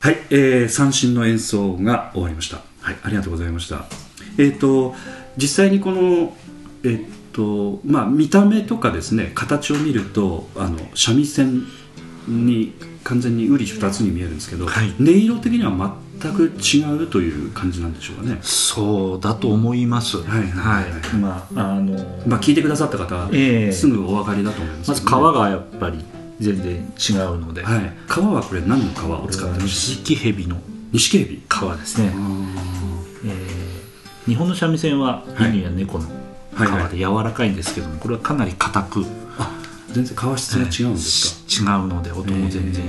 Speaker 3: はい、えー三振の演奏が終わりました。はい、ありがとうございました。えっ、と実際にこのえっ、とまあ見た目とかですね、形を見るとあの三味線に完全にウリ二つに見えるんですけど、
Speaker 5: はい
Speaker 3: 音色的には全く違うという感じなんでしょうかね。
Speaker 5: そうだと思います。
Speaker 3: はいはいはい
Speaker 5: はいまああの
Speaker 3: まあ聞いてくださった方、
Speaker 5: ええ
Speaker 3: すぐお分かりだと思います、
Speaker 5: まず皮がやっぱり全然違うので、
Speaker 3: はい、皮はこれ何の皮を使ってまし
Speaker 5: 錦蛇の
Speaker 3: 錦エビ
Speaker 5: 皮ですね
Speaker 3: あ。ー
Speaker 5: えー日本の三味線は
Speaker 3: はい
Speaker 5: 犬や猫の
Speaker 3: はいはい
Speaker 5: 皮で柔らかいんですけども、これはかなり硬く、
Speaker 3: 全然皮質が違うんですか、
Speaker 5: し違うので音も全然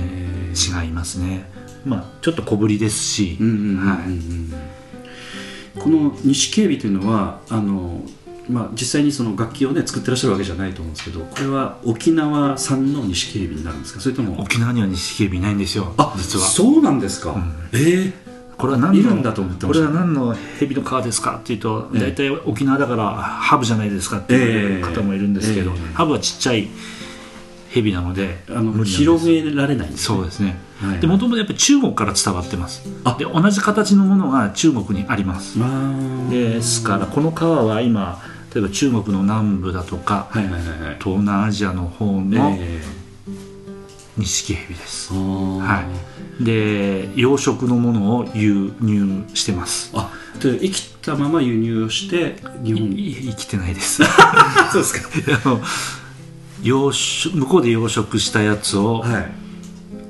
Speaker 5: 違いますね。まあちょっと小ぶりですし、
Speaker 3: うんうんうんうん
Speaker 5: はい
Speaker 3: この錦エビというのはあの、まあ、実際にその楽器をね作ってらっしゃるわけじゃないと思うんですけどこれは沖縄産の錦エビになるんですかそれとも
Speaker 5: 沖縄には錦蛇いないんですよ。実は。
Speaker 3: そうなんですか、
Speaker 5: ん
Speaker 3: えー
Speaker 5: これは何の
Speaker 3: いるんだと思ってました
Speaker 5: これは何の蛇の皮ですかっていうと
Speaker 3: ええ
Speaker 5: 大体沖縄だからハブじゃないですかっていう方もいるんですけど、
Speaker 3: ええええ
Speaker 5: ハブはちっちゃい蛇なので
Speaker 3: あの
Speaker 5: 無理なんです
Speaker 3: 広げられないんですね
Speaker 5: そうですね
Speaker 3: はい
Speaker 5: でもともとやっぱり中国から伝わってます
Speaker 3: あ
Speaker 5: で同じ形のものが中国にあります
Speaker 3: あー
Speaker 5: ですからこの川は今例えば中国の南部だとか
Speaker 3: はいはいはいはい
Speaker 5: 東南アジアの方の
Speaker 3: え
Speaker 5: 錦蛇です、
Speaker 3: ーあ
Speaker 5: はい、で養殖のものを輸入してます
Speaker 3: ーあで生きたまま輸入をして日本に
Speaker 5: い生きてないです
Speaker 3: [LAUGHS]
Speaker 5: あ
Speaker 3: そうですか
Speaker 5: の養殖向こうで養殖したやつを、
Speaker 3: はい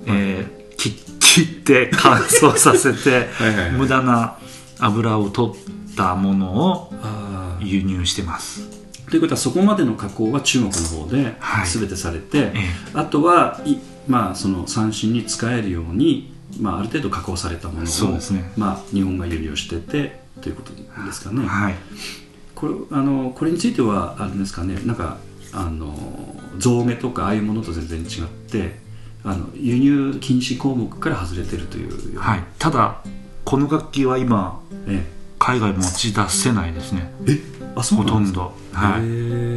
Speaker 5: えー切切って乾燥させて
Speaker 3: [LAUGHS] はいはいはい
Speaker 5: 無駄な油を取ったものを
Speaker 3: あー
Speaker 5: 輸入してます
Speaker 3: ということはそこまでの加工は中国の方で
Speaker 5: はい
Speaker 3: 全てされて、
Speaker 5: え
Speaker 3: あとはい、まあ、その三振に使えるように、まあ、ある程度加工されたものを
Speaker 5: そうですね
Speaker 3: まあ、日本が輸入しててということですかね。
Speaker 5: はい
Speaker 3: これあのこれについてはあれですかねなんかあの象牙とかああいうものと全然違ってあの輸入禁止項目から外れてるというような、
Speaker 5: はい、ただこの楽器は今
Speaker 3: え
Speaker 5: 海外持ち出せないですね
Speaker 3: えあそ
Speaker 5: ほ
Speaker 3: うな
Speaker 5: と
Speaker 3: んで
Speaker 5: ん
Speaker 3: すか
Speaker 5: ど、は
Speaker 3: へ
Speaker 5: い、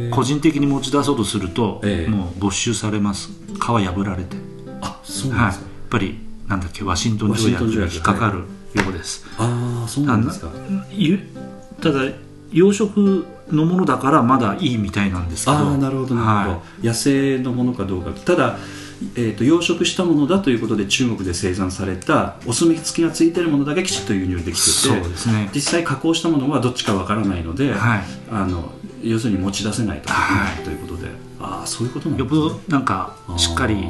Speaker 3: え
Speaker 5: 個人的に持ち出そうとすると、
Speaker 3: ええ
Speaker 5: もう没収されます皮破られて、
Speaker 3: あそう
Speaker 5: はい、
Speaker 3: なん
Speaker 5: や
Speaker 3: です
Speaker 5: っ
Speaker 3: か、
Speaker 5: ぱりなんだっけワシントン条約に引っかかるようです、
Speaker 3: ああそうなんですか
Speaker 5: ゆただ養殖のものだからまだいいみたいなんですけど
Speaker 3: ああなるほどなるほど、
Speaker 5: は
Speaker 3: 野生のものかどうかただ、えー、と養殖したものだということで中国で生産されたお墨付きがついてるものだけきちっと輸入できて
Speaker 5: そう
Speaker 3: て
Speaker 5: ですね
Speaker 3: 実際加工したものはどっちかわからないので、
Speaker 5: はい
Speaker 3: あの要するに持ち出せないと,、
Speaker 5: はい
Speaker 3: ということでああそういうことなん
Speaker 5: よ
Speaker 3: で
Speaker 5: っ
Speaker 3: すね
Speaker 5: ぽどなんかしっかり
Speaker 3: あ、ー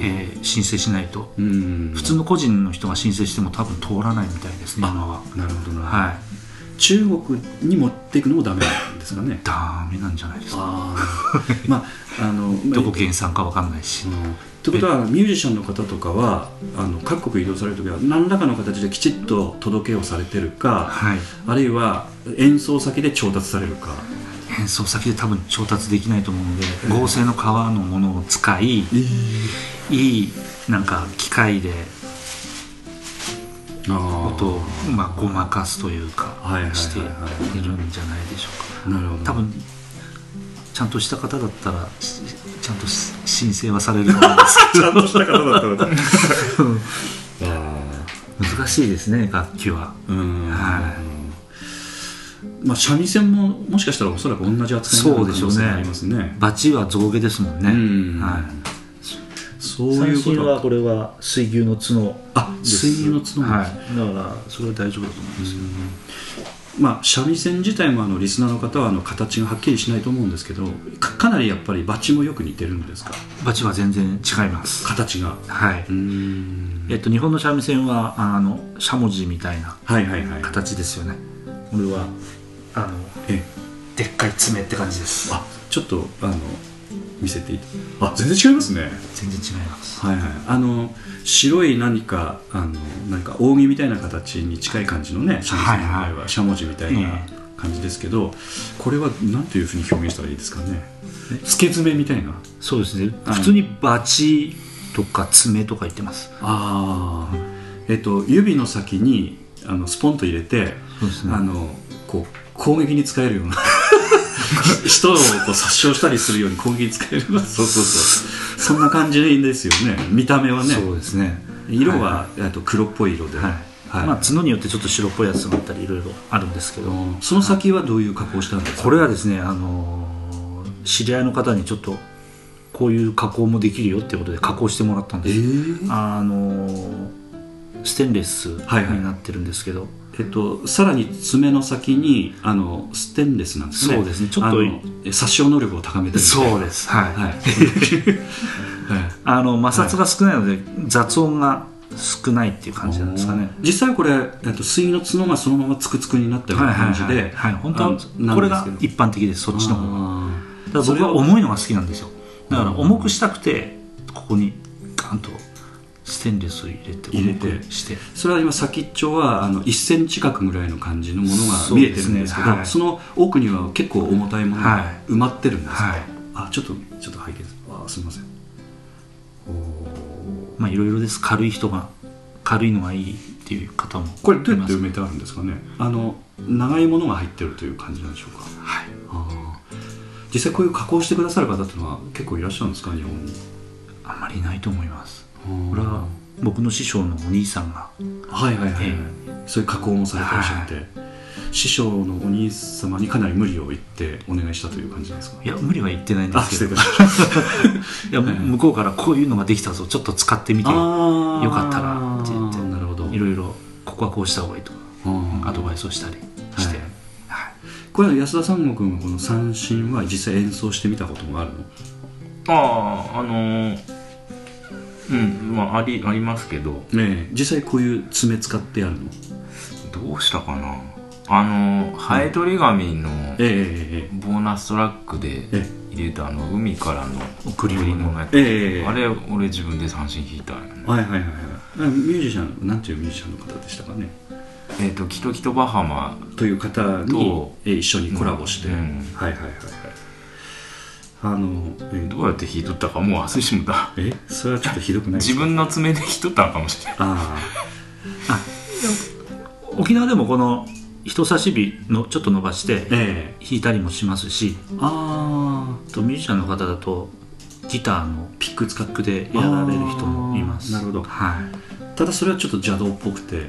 Speaker 5: えー申請しないと
Speaker 3: うん
Speaker 5: 普通の個人の人が申請しても多分通らないみたいですね今は
Speaker 3: なるほどなるほど、
Speaker 5: はい
Speaker 3: 中国に持っていくのもダメなんですかね
Speaker 5: [LAUGHS] ダメなんじゃないですか
Speaker 3: ああまああ
Speaker 5: [LAUGHS]
Speaker 3: の
Speaker 5: どこ原産かわかんないし、
Speaker 3: ということはミュージシャンの方とかはあの各国移動される時は何らかの形できちっと届けをされてるか
Speaker 5: はい、
Speaker 3: あるいは演奏先で調達されるか
Speaker 5: 変装先で多分調達できないと思うので合成の皮のものを使い、いいなんか機械で音をまあごまかすというか
Speaker 3: はいはいはいはい
Speaker 5: しているんじゃないでしょうか
Speaker 3: なるほど
Speaker 5: 多分ちゃんとした方だったらしちゃんとし申請はされると思うんです
Speaker 3: [LAUGHS]
Speaker 5: け
Speaker 3: ちゃんとした方だったのだ
Speaker 5: ど難しいですね楽器は
Speaker 3: うん
Speaker 5: は
Speaker 3: まあ三味線ももしかしたらおそらく同じ扱いになる可能性がありますね
Speaker 5: バチは象牙ですもんね、
Speaker 3: うん
Speaker 5: はい、
Speaker 3: そう
Speaker 6: 三
Speaker 3: いうこ
Speaker 6: 振
Speaker 3: と
Speaker 6: はこれは水牛の角
Speaker 3: あ水牛の角なん
Speaker 5: は
Speaker 3: ですね
Speaker 5: い、だからそれは大丈夫だと思います、
Speaker 3: まあ、三味線自体もあのリスナーの方はあの形がはっきりしないと思うんですけどかかなりやっぱりバチもよく似てるんですか
Speaker 5: バチは全然違います
Speaker 3: 形が
Speaker 5: はい、
Speaker 3: うん
Speaker 5: えっと、日本の三味線はあのしゃもじみたいな
Speaker 3: はいはいはい
Speaker 5: 形ですよねこれはあの
Speaker 3: え
Speaker 5: でっかい爪って感じです
Speaker 3: あちょっとあの見せていいあ全然違いますね
Speaker 5: 全然違います
Speaker 3: はいはいあの白い何かあのなんか扇みたいな形に近い感じのね三味線の場
Speaker 5: はい
Speaker 3: 合はしゃもじみたいな
Speaker 5: え
Speaker 3: 感じですけど、これはなんていうふうに表現したらいいですかねつけ爪みたいな
Speaker 5: そうですね
Speaker 3: あの
Speaker 5: 普通にバチとか爪とか言ってます
Speaker 3: ああ、えっと指の先にあのスポンと入れて、
Speaker 5: そうですね
Speaker 3: あのこう攻撃に使えるような [LAUGHS] 人をこう殺傷したりするように攻撃に使えるようなそうそうそうそんな感じですよね見た目はね
Speaker 5: そうですね
Speaker 3: 色は、えっと黒っぽい色で、
Speaker 5: はい、
Speaker 3: はい
Speaker 5: まあ角によってちょっと白っぽいやつがあったりいろいろあるんですけど
Speaker 3: うんその先はどういう加工したんですか
Speaker 5: これはですね、あのー知り合いの方にちょっとこういう加工もできるよっていうことで加工してもらったん
Speaker 3: え
Speaker 5: です、
Speaker 3: ー
Speaker 5: あのーステンレス
Speaker 3: はいはい
Speaker 5: になってるんですけど、
Speaker 3: えっと、さらに爪の先にあのステンレスなんですね
Speaker 5: そうですねちょっと
Speaker 3: あの殺傷能力を高めてる
Speaker 5: そうですはい、
Speaker 3: [LAUGHS] はいはい
Speaker 5: あの摩擦が少ないので、雑音が少ないっていう感じなんですかね
Speaker 3: 実際これ、えっと、水の角がそのままつくつくになったような感じ
Speaker 5: はいはい
Speaker 3: で、
Speaker 5: はい、本当
Speaker 3: あの
Speaker 5: はこれが
Speaker 3: なんですけど
Speaker 5: 一般的ですそっちの方が
Speaker 3: あ
Speaker 5: ただ
Speaker 3: それ
Speaker 5: 僕
Speaker 3: を
Speaker 5: は重いのが好きなんですよだから重くしたくてここにガンとステンレスを入れて
Speaker 3: 入れ
Speaker 5: 重
Speaker 3: て
Speaker 5: くして
Speaker 3: ーそれは今先っちょはあの1センチ角ぐらいの感じのものが
Speaker 5: そう
Speaker 3: 見え
Speaker 5: で
Speaker 3: て
Speaker 5: す
Speaker 3: る
Speaker 5: ね
Speaker 3: んですけどそ
Speaker 5: はい
Speaker 3: の奥には結構重たいものが
Speaker 5: はい
Speaker 3: 埋まってるんですか、
Speaker 5: はい
Speaker 3: あちょっとちょっと拝見するあすみません
Speaker 5: まあいろいろです軽い人が軽いのがいいっていう方も
Speaker 3: これどうやって
Speaker 5: い
Speaker 3: 埋
Speaker 5: ます
Speaker 3: めてあるんですかねあの長いものが入ってるという感じなんでしょうか
Speaker 5: はい
Speaker 3: あー実際こういう加工してくださる方っていうのは結構いらっしゃるんですか日本に
Speaker 5: やいないと思います
Speaker 3: うん
Speaker 5: これは僕の師匠のお兄さんが
Speaker 3: はいはいはい、はい
Speaker 5: え
Speaker 3: そういう加工もされてらっしゃって、師匠のお兄様にかなり無理を言ってお願いしたという感じなんですか
Speaker 5: いや無理は言ってないんで
Speaker 3: あ
Speaker 5: す
Speaker 3: 失
Speaker 5: け
Speaker 3: 礼い
Speaker 5: ど
Speaker 3: たしました
Speaker 5: [LAUGHS] いや向こうからこういうのができたぞちょっと使ってみてい
Speaker 3: あー
Speaker 5: よかったらって言って
Speaker 3: なるほど
Speaker 5: ろいろここはこうした方がいいとか
Speaker 3: うん
Speaker 5: アドバイスをしたりして、
Speaker 3: はいこれは安田三悟君はこの三振は実際演奏してみたこともあるの
Speaker 4: あああのーうんまあありありますけど
Speaker 3: ねえ実際こういう爪使ってやるの
Speaker 4: どうしたかなあのーハエトリガミの
Speaker 3: えええ
Speaker 4: ボーナストラックで
Speaker 3: え
Speaker 4: 入れたあの海からの
Speaker 5: 送り物
Speaker 4: のやつ、
Speaker 3: ええ
Speaker 4: あれ俺自分で三振弾いたよね
Speaker 3: えはいはいはいはいあミュージシャンなんていうミュージシャンの方でしたかね
Speaker 4: えっ、とキトキトバハマ
Speaker 3: という方に
Speaker 4: と
Speaker 3: ええ一緒にコラボして、
Speaker 4: うん
Speaker 3: はいはいはいはいあのえ
Speaker 4: どうやって弾いとったかもう忘れしもた
Speaker 3: えそれはちょっとひどくないです
Speaker 4: 自
Speaker 3: か
Speaker 4: 分の爪で弾いとったのかもしれない
Speaker 3: あ
Speaker 5: 沖縄でもこの人差し指のちょっと伸ばして
Speaker 3: あええ
Speaker 5: 弾いたりもしますし
Speaker 3: ああ
Speaker 5: あとミュージシャンの方だとギターの
Speaker 3: ピック使っ
Speaker 5: バックでやられる人もいます
Speaker 3: あーなるほど
Speaker 5: はい、
Speaker 3: ただそれはちょっと邪道っぽくて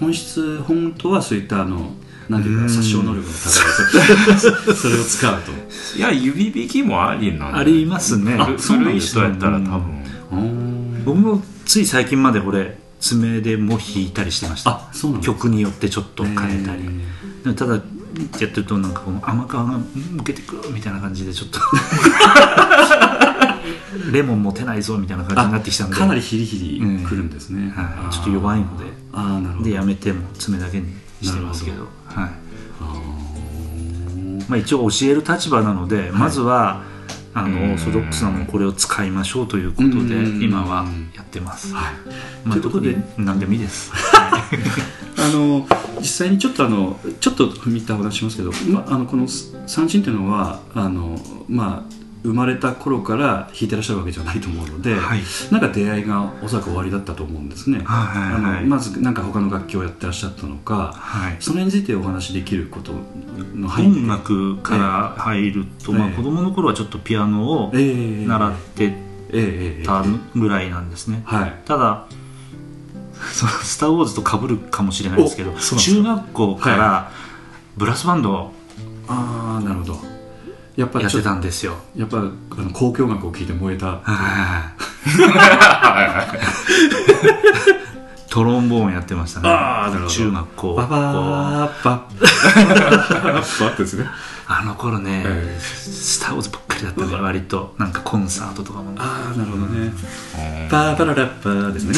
Speaker 3: 本質本当はそういったあのなんていうか殺傷能力の高いそれを使
Speaker 5: [LAUGHS]
Speaker 3: うと
Speaker 4: いや指弾きもありなんだ
Speaker 5: ありますね
Speaker 4: 古
Speaker 5: そうなん
Speaker 4: 古い
Speaker 5: です
Speaker 4: 人
Speaker 5: ね
Speaker 4: やったら多分
Speaker 5: 僕もつい最近までこれ爪でも弾いたりしてました
Speaker 3: あそうなんです
Speaker 5: 曲によってちょっと変えたり、
Speaker 3: え
Speaker 5: ただやってるとなんかこの甘皮が抜けてくるみたいな感じで
Speaker 3: [LAUGHS]
Speaker 5: ちょっとレモン持てないぞみたいな感じになってきたん
Speaker 3: ー
Speaker 5: で
Speaker 3: かなりヒリヒリくるんですね、
Speaker 5: はいちょっと弱いので
Speaker 3: ああなるほど
Speaker 5: でやめても爪だけにしてますけどはい
Speaker 3: あー
Speaker 5: まあ、一応教える立場なので、まずはあ
Speaker 4: うん
Speaker 5: のオーソドックスなものこれを使いましょうということで
Speaker 3: うん
Speaker 5: 今はやってます、
Speaker 3: はい
Speaker 5: まあ、
Speaker 3: ということ
Speaker 5: 特
Speaker 3: で
Speaker 5: に何でもいいです
Speaker 3: あの実際にちょっとあのちょっと踏み入ったお話しますけど、ま、あのこの三振というのはあの、まあ、生まれた頃から弾いてらっしゃるわけじゃないと思うので、
Speaker 5: はい
Speaker 3: なんか出会いがおそらく終わりだったと思うんですね、
Speaker 5: はいはいはい
Speaker 3: あのまずなんか他の楽器をやってらっしゃったのか
Speaker 5: はい
Speaker 3: それについてお話しできることの背景
Speaker 5: 音楽から入ると、まあ、
Speaker 3: ええ
Speaker 5: 子供の頃はちょっとピアノを
Speaker 3: ええ
Speaker 5: 習って
Speaker 3: ええええええ
Speaker 5: たぐらいなんですね
Speaker 3: はい
Speaker 5: ただ「そのスター・ウォーズ」とかぶるかもしれないですけど
Speaker 3: おそうなんですか
Speaker 5: 中学校からブラスバンドを
Speaker 3: ああなるほどやっぱ
Speaker 5: や
Speaker 3: り
Speaker 5: っ
Speaker 3: ちょ
Speaker 5: て
Speaker 3: っと
Speaker 5: たんですよ
Speaker 3: やっぱあの交響楽を聴いて燃えた
Speaker 5: トロンボーンやってましたね
Speaker 3: あーなるほど
Speaker 5: 中学校
Speaker 3: バ
Speaker 5: こう
Speaker 3: バーバッバッですね
Speaker 5: あの頃ね、
Speaker 3: ええ
Speaker 5: スター・ウォーズばっかりだったね割となんかコンサートとかも
Speaker 3: ああなるほどねパーパララッパー
Speaker 5: [LAUGHS]
Speaker 3: ですね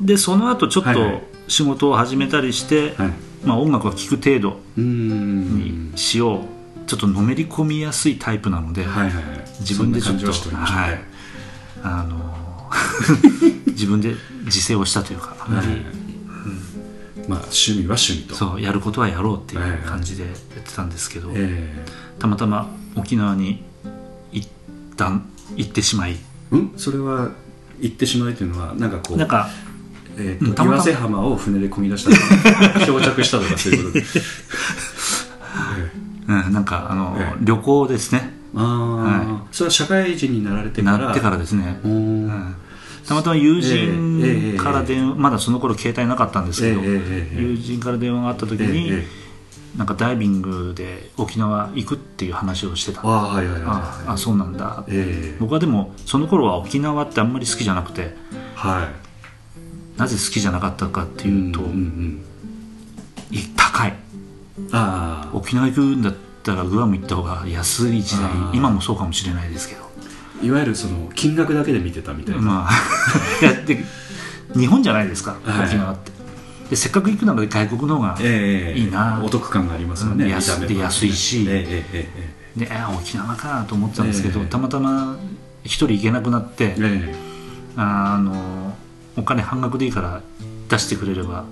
Speaker 5: でその後ちょっ
Speaker 3: はいは
Speaker 5: と
Speaker 3: い
Speaker 5: 仕事を始めたりして、
Speaker 3: はい
Speaker 5: まあ、音楽は聴く程度
Speaker 3: うーん
Speaker 5: にしよう、ちょっとのめり込みやすいタイプなので、
Speaker 3: はいはいはい
Speaker 5: 自分でち
Speaker 3: そ
Speaker 5: ょ
Speaker 3: ん
Speaker 5: っ
Speaker 3: な感じ
Speaker 5: と
Speaker 3: はしておりました
Speaker 5: は
Speaker 3: ね
Speaker 5: いあの [LAUGHS] ー自分で自制をしたというか、あんまり
Speaker 3: まあ趣味は趣味と
Speaker 5: そうやることはやろうって
Speaker 3: はい
Speaker 5: い
Speaker 3: は
Speaker 5: う
Speaker 3: い
Speaker 5: 感じでやってたんですけど、
Speaker 3: え
Speaker 5: たまたま沖縄に一旦行ってしまい
Speaker 3: えうんそれは行ってしまうというのはなんかこう
Speaker 5: なんか
Speaker 3: え
Speaker 5: う
Speaker 3: ー
Speaker 5: ん
Speaker 3: と
Speaker 5: たまたま
Speaker 3: 岩瀬浜を船でこぎ出した
Speaker 5: [LAUGHS]
Speaker 3: とか漂着したとかそういうことでええ
Speaker 5: うん、なんかあの、
Speaker 3: ええ
Speaker 5: 旅行ですね
Speaker 3: ああそれは社会人になられてから
Speaker 5: なってからですね、
Speaker 3: うー
Speaker 5: うんん、たまたま
Speaker 3: ええ
Speaker 5: 友
Speaker 3: ええええ
Speaker 5: 人から電話、まだその頃携帯なかったんですけど、
Speaker 3: ええええええ
Speaker 5: 友人から電話があった時
Speaker 3: ええ
Speaker 5: に、
Speaker 3: ええ
Speaker 5: なんかダイビングで沖縄行くっていう話をしてた
Speaker 3: あ
Speaker 5: あ
Speaker 3: あはいはいはい
Speaker 5: あ
Speaker 3: はい
Speaker 5: そうなんだ、
Speaker 3: ええ
Speaker 5: 僕はでもその頃は沖縄ってあんまり好きじゃなくて
Speaker 3: は
Speaker 5: なぜ好きじゃなかったかって
Speaker 3: い
Speaker 5: いうと、
Speaker 3: んん
Speaker 5: い高い
Speaker 3: うんああ
Speaker 5: 沖縄行くんだったらグアム行った方が安い時代
Speaker 3: あー
Speaker 5: 今もそうかもしれないですけど
Speaker 3: いわゆるその金額だけで見てたみたいな、
Speaker 5: まあ [LAUGHS] いやで日本じゃないですか
Speaker 3: はい
Speaker 5: 沖縄って、でせっかく行くなら外国の方が、
Speaker 3: ええ
Speaker 5: いいな
Speaker 3: お得感がありますよね、
Speaker 5: うん
Speaker 3: 見
Speaker 5: 安
Speaker 3: た目は
Speaker 5: で安いし
Speaker 3: えええええ
Speaker 5: であー沖縄かと思ってたんですけど、
Speaker 3: ええ
Speaker 5: たまたま一人行けなくなって、
Speaker 3: ええ
Speaker 5: あのお金半額でいいから出してくれれば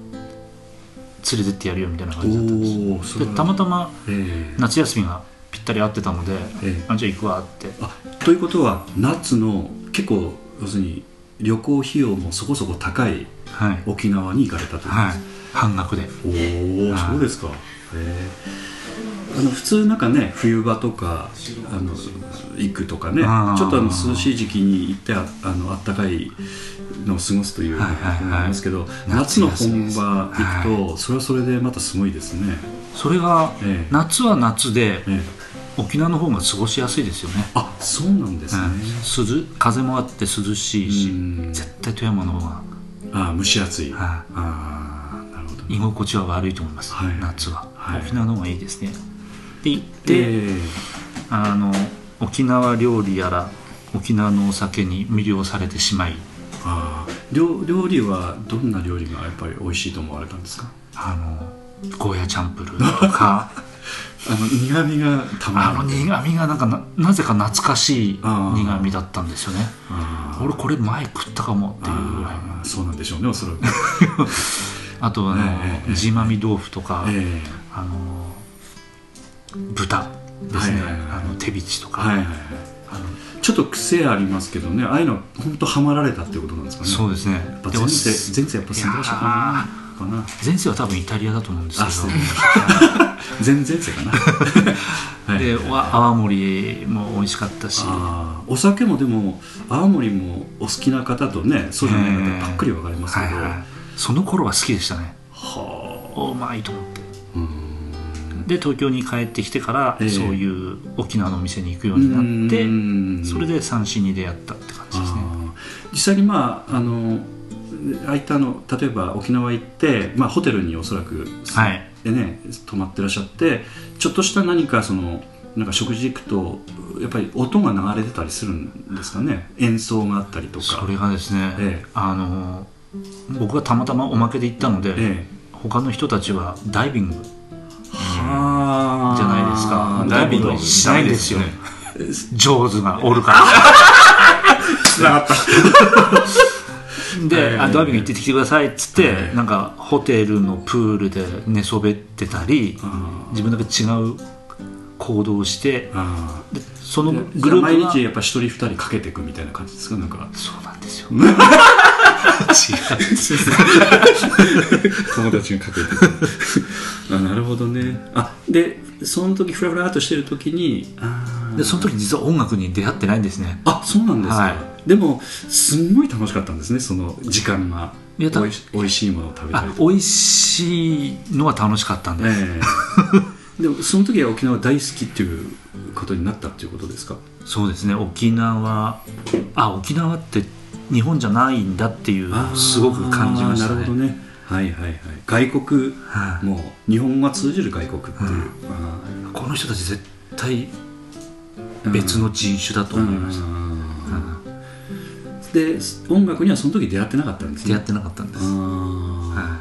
Speaker 5: 連れてってやるよみたいな感じだったんですよ
Speaker 3: おおそれ
Speaker 5: で
Speaker 3: は
Speaker 5: たまたま
Speaker 3: ええ
Speaker 5: 夏休みがぴったり合ってたので、
Speaker 3: ええ
Speaker 5: あじゃあ行くわって
Speaker 3: あということは夏の結構要するに旅行費用もそこそこ高い
Speaker 5: はい、
Speaker 3: 沖縄に行かれたということ
Speaker 5: は
Speaker 3: で
Speaker 5: い
Speaker 3: す、
Speaker 5: 半額で
Speaker 3: おお、
Speaker 5: はい
Speaker 3: そうですか。へえあの普通なんかね冬場とかあの行くとかね
Speaker 5: あー
Speaker 3: ちょっとあの涼しい時期に行ってああのあったかいのを過ごすというの
Speaker 5: はいはいはい
Speaker 3: がありますけど、夏
Speaker 5: 夏
Speaker 3: の
Speaker 5: 休み
Speaker 3: 本
Speaker 5: です
Speaker 3: 場行くと、それはそれでまたすごいですね、
Speaker 5: それが
Speaker 3: ええ
Speaker 5: 夏は夏で
Speaker 3: ええ
Speaker 5: 沖縄の方が過ごしやすいですよね
Speaker 3: あそうなんですね、
Speaker 5: うん涼風もあって涼しいし
Speaker 3: うん
Speaker 5: 絶対富山の方が
Speaker 3: あー蒸し暑い、
Speaker 5: は
Speaker 3: ああなるほど
Speaker 5: い居心地は悪いと思います、
Speaker 3: はい
Speaker 5: 夏は、
Speaker 3: はい
Speaker 5: 沖縄の方がいいですねで行って、
Speaker 3: で、え
Speaker 5: あの沖縄料理やら沖縄のお酒に魅了されてしまい
Speaker 3: あー料料理はどんな料理がやっぱり美味しいと思われたんですか
Speaker 5: あのゴーヤチャンプルーと
Speaker 3: [LAUGHS]
Speaker 5: か
Speaker 3: あの苦味がたま
Speaker 5: あ
Speaker 3: ら
Speaker 5: の
Speaker 3: ない
Speaker 5: 苦味がなんかななぜか懐かしい
Speaker 3: あー
Speaker 5: 苦味だったんですよね
Speaker 3: あー
Speaker 5: 俺これ前食ったかもっていうぐらい
Speaker 3: あーそうなんでしょうねお
Speaker 5: [LAUGHS]
Speaker 3: そらく、
Speaker 5: あとあ
Speaker 3: ええええ
Speaker 5: の地まみ豆腐とか、
Speaker 3: ええ
Speaker 5: あの豚です
Speaker 3: は
Speaker 5: ね、
Speaker 3: いはいはい
Speaker 5: あの手びちとか、
Speaker 3: はいはいはい
Speaker 5: あの
Speaker 3: ちょっと癖ありますけどねああいうの本当ハマられたってことなんですかね
Speaker 5: そう
Speaker 3: う
Speaker 5: ですね
Speaker 3: やっぱ
Speaker 5: で
Speaker 3: 前
Speaker 5: お
Speaker 3: 世
Speaker 5: す
Speaker 3: 前世やっぱ住んでらっしゃったのかな
Speaker 5: 前世は多分イタリアだと思うんです
Speaker 3: あそう
Speaker 5: け
Speaker 3: 前々世か
Speaker 5: [LAUGHS]
Speaker 3: な
Speaker 5: ど
Speaker 3: は
Speaker 5: で
Speaker 3: い
Speaker 5: わ泡盛も美味しかったし
Speaker 3: あーお酒もでも青森もお好きな方とねそうじゃない方ばっくり分かれますけど、
Speaker 5: はいはい
Speaker 3: は
Speaker 5: その頃は好きでしたね
Speaker 3: あ
Speaker 5: おうまいと思って
Speaker 3: うーん
Speaker 5: で東京に帰ってきてから、
Speaker 3: ええ
Speaker 5: そういう沖縄のお店に行くようになって
Speaker 3: うーん
Speaker 5: それで三振に出会ったって感じですね
Speaker 3: あー実際にまああのああいったあの例えば沖縄行って、まあ、ホテルにおそらく、
Speaker 5: はい
Speaker 3: でね泊まってらっしゃってちょっとした何かそのなんか食事行くとやっぱり音が流れてたりするんですかね演奏があったりとか
Speaker 5: それがですね、
Speaker 3: ええ
Speaker 5: あの僕がたまたまおまけで行ったので、
Speaker 3: ええ
Speaker 5: 他の人たちはダイビング
Speaker 3: はー
Speaker 5: じゃないですか
Speaker 3: ダイビング
Speaker 5: ダイビングしないですよ
Speaker 4: しない
Speaker 5: 上手がおるから
Speaker 3: つながった
Speaker 5: [LAUGHS] で、
Speaker 3: ええ
Speaker 5: あダイビング行ってきてくださいっつって、
Speaker 3: ええ
Speaker 5: なんかホテルのプールで寝そべってたり
Speaker 3: あー
Speaker 5: 自分だけ違う行動をして
Speaker 3: あ
Speaker 5: でその
Speaker 3: ー
Speaker 5: グルー
Speaker 3: じ
Speaker 5: プが
Speaker 3: ゃあ毎日やっぱ一人二人かけていくみたいな感じですかなんか
Speaker 5: そうなんですよ
Speaker 3: [LAUGHS] 友達がかけてたあなるほどねあでその時フラフラっとしてる時にあー
Speaker 5: でその時実は音楽に出会ってないんですね
Speaker 3: あそうなんですか、
Speaker 5: はい
Speaker 3: でもすんごい楽しかったんですねその時間が
Speaker 5: いやた
Speaker 3: おいしおいしいものを食べたり
Speaker 5: あ
Speaker 3: とか
Speaker 5: 美味しいのは楽しかったんです、
Speaker 3: ええでもその時は沖縄大好きっていうことになったっていうことですか
Speaker 5: そうですね沖縄あ沖縄って日本じゃないんだっていうのをすごく感じまし
Speaker 3: あ
Speaker 5: た
Speaker 3: ーな
Speaker 5: ね
Speaker 3: るほどねはいはいはい外国、
Speaker 5: はい
Speaker 3: もう日本語が通じる外国っていう、あ
Speaker 5: この人たち絶対
Speaker 3: ー
Speaker 5: 別の人種だと思いました、
Speaker 3: うんで音楽にはその時出会ってなかったんですね
Speaker 5: 出会ってなかったんで
Speaker 3: あ
Speaker 5: す、は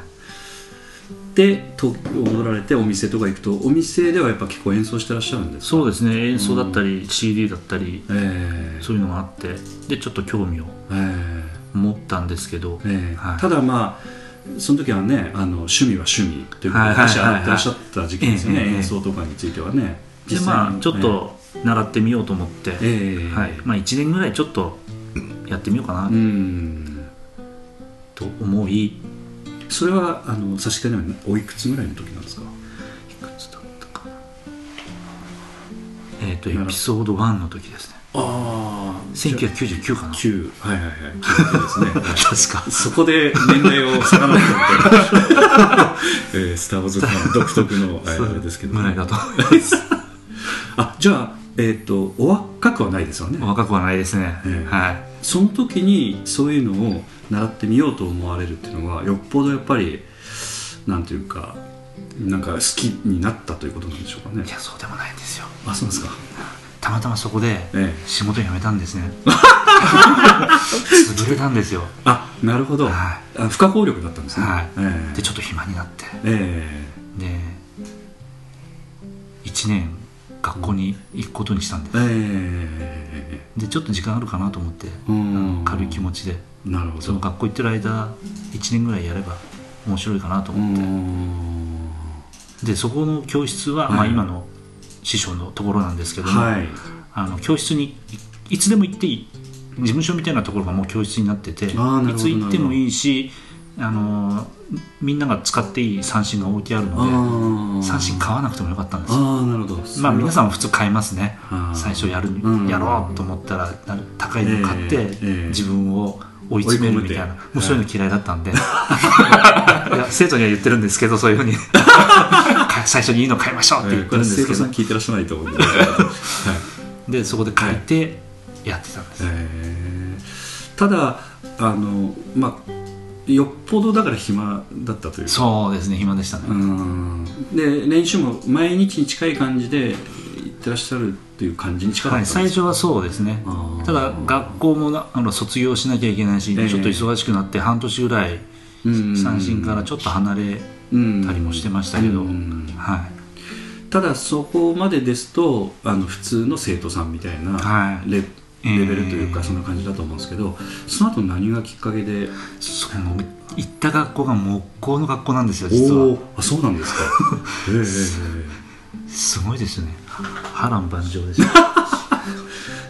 Speaker 3: ー
Speaker 5: い
Speaker 3: で東京戻られてお店とか行くとお店ではやっぱ結構演奏してらっしゃるんですか
Speaker 5: そうですね演奏だったり CD だったり
Speaker 3: ええ
Speaker 5: そういうのがあってでちょっと興味を
Speaker 3: ええ
Speaker 5: 持ったんですけど、
Speaker 3: ええ
Speaker 5: はい
Speaker 3: ただまあその時はねあの趣味は趣味ということ
Speaker 5: は
Speaker 3: で
Speaker 5: いはいはいは
Speaker 3: 私あっ
Speaker 5: い
Speaker 3: てらっしゃった時期ですよね、
Speaker 5: ええええ
Speaker 3: 演奏とかについてはね
Speaker 5: でまあちょっ、と習ってみようと思って、
Speaker 3: ええええ
Speaker 5: はいまあ、1年ぐらいちょっとやってみようかな
Speaker 3: うん
Speaker 5: と思い、
Speaker 3: それはあの差し支えないのおいくつぐらいの時なんですか
Speaker 5: いくつだったかなえっ、とエピソード1の時ですね
Speaker 3: ああ
Speaker 5: 1999かな
Speaker 3: 9はいはいはい9ですねはい
Speaker 5: [LAUGHS] 確
Speaker 3: [LAUGHS]
Speaker 5: か
Speaker 3: そこで年代を下がったみたいな、
Speaker 5: [LAUGHS]
Speaker 3: えースター・ウォーズファン独特のはいあれですけど、
Speaker 5: ぐらいだと思い [LAUGHS] ます
Speaker 3: あじゃあ、えー、とお若くはないですよね
Speaker 5: 若くはないですね、
Speaker 3: ええ
Speaker 5: はい
Speaker 3: その時にそういうのを習ってみようと思われるっていうのはよっぽどやっぱりなんていうかなんか好きになったということなんでしょうかね
Speaker 5: いやそうでもないんですよ
Speaker 3: あそうですか
Speaker 5: たまたまそこで
Speaker 3: ええ
Speaker 5: 仕事辞めたん [LAUGHS] ですね潰れたんですよ
Speaker 3: あなるほど、
Speaker 5: は
Speaker 3: あ不可抗力だったんですね、
Speaker 5: はい
Speaker 3: ええ
Speaker 5: でちょっと暇になって
Speaker 3: え
Speaker 5: で1年学校に行くことにしたんで
Speaker 3: え
Speaker 5: す
Speaker 3: え
Speaker 5: でちょっと時間あるかなと思って
Speaker 3: えうん
Speaker 5: 軽い気持ちで
Speaker 3: なるほ
Speaker 5: そ
Speaker 3: ど
Speaker 5: の学校行ってる間1年ぐらいやれば面白いかなと
Speaker 3: う
Speaker 5: 思って、
Speaker 3: ん
Speaker 5: でそこの教室は、ま
Speaker 3: は
Speaker 5: あ、
Speaker 3: い
Speaker 5: 今の師匠のところなんですけども、
Speaker 3: はい
Speaker 5: あの教室にいいつでも行っていい事務所みたいなところがもう教室になってていつ
Speaker 3: ーなるほど
Speaker 5: 行ってもいいしあのみんなが使っていい三振が置いてあるの
Speaker 6: あ
Speaker 5: で三振
Speaker 6: か
Speaker 5: 買わなくてもよかったんですよ
Speaker 6: ああなるほど
Speaker 5: まあ皆さ
Speaker 6: ん
Speaker 5: んも普通買いますね最初やる
Speaker 6: うん
Speaker 5: やろうと思ったらな高いの買っ
Speaker 6: え
Speaker 5: て
Speaker 6: えええ
Speaker 5: 自分を追い詰めるみたいな
Speaker 6: 追い込む
Speaker 5: も
Speaker 6: って
Speaker 5: うそういうの嫌いだったんでい [LAUGHS] や生徒には言ってるんですけどそういうふうに [LAUGHS] 最初にいいの買いましょうっ
Speaker 3: え
Speaker 5: て言っ
Speaker 3: ー
Speaker 5: て
Speaker 3: こ
Speaker 5: る
Speaker 3: れ
Speaker 5: んです
Speaker 3: 生
Speaker 5: け
Speaker 3: 徒
Speaker 5: ど
Speaker 3: さん聞いてらっしゃらないと思うんで、 [LAUGHS] はい
Speaker 5: でそこで買ってやってたんです
Speaker 3: えーただあのまあよっぽどだから暇だったというか
Speaker 5: そうですね暇でした
Speaker 3: う
Speaker 5: ね
Speaker 3: んで練習も毎日に近い感じで行ってらっしゃるっていう感じに近か
Speaker 5: は
Speaker 3: ったん
Speaker 5: い
Speaker 3: ですか、
Speaker 5: 最初はそうですね
Speaker 3: あー
Speaker 5: ただ学校もなあの卒業しなきゃいけないし、
Speaker 3: ええ
Speaker 5: ちょっと忙しくなって半年ぐらい
Speaker 3: うん
Speaker 5: 三振からちょっと離れ
Speaker 3: うん
Speaker 5: たりもしてましたけど、
Speaker 3: うん
Speaker 5: は
Speaker 3: ただそこまでですとあの普通の生徒さんみたいな
Speaker 5: はい
Speaker 3: レ,、
Speaker 5: えー
Speaker 3: レベルというかそんな感じだと思うんですけどその後何がきっかけで
Speaker 5: いその行った学校が木工の学校なんですよ実
Speaker 3: おお
Speaker 5: は
Speaker 3: ーあそうなんですか [LAUGHS] ええええ
Speaker 5: すごいですよね波乱万丈ですよ [LAUGHS]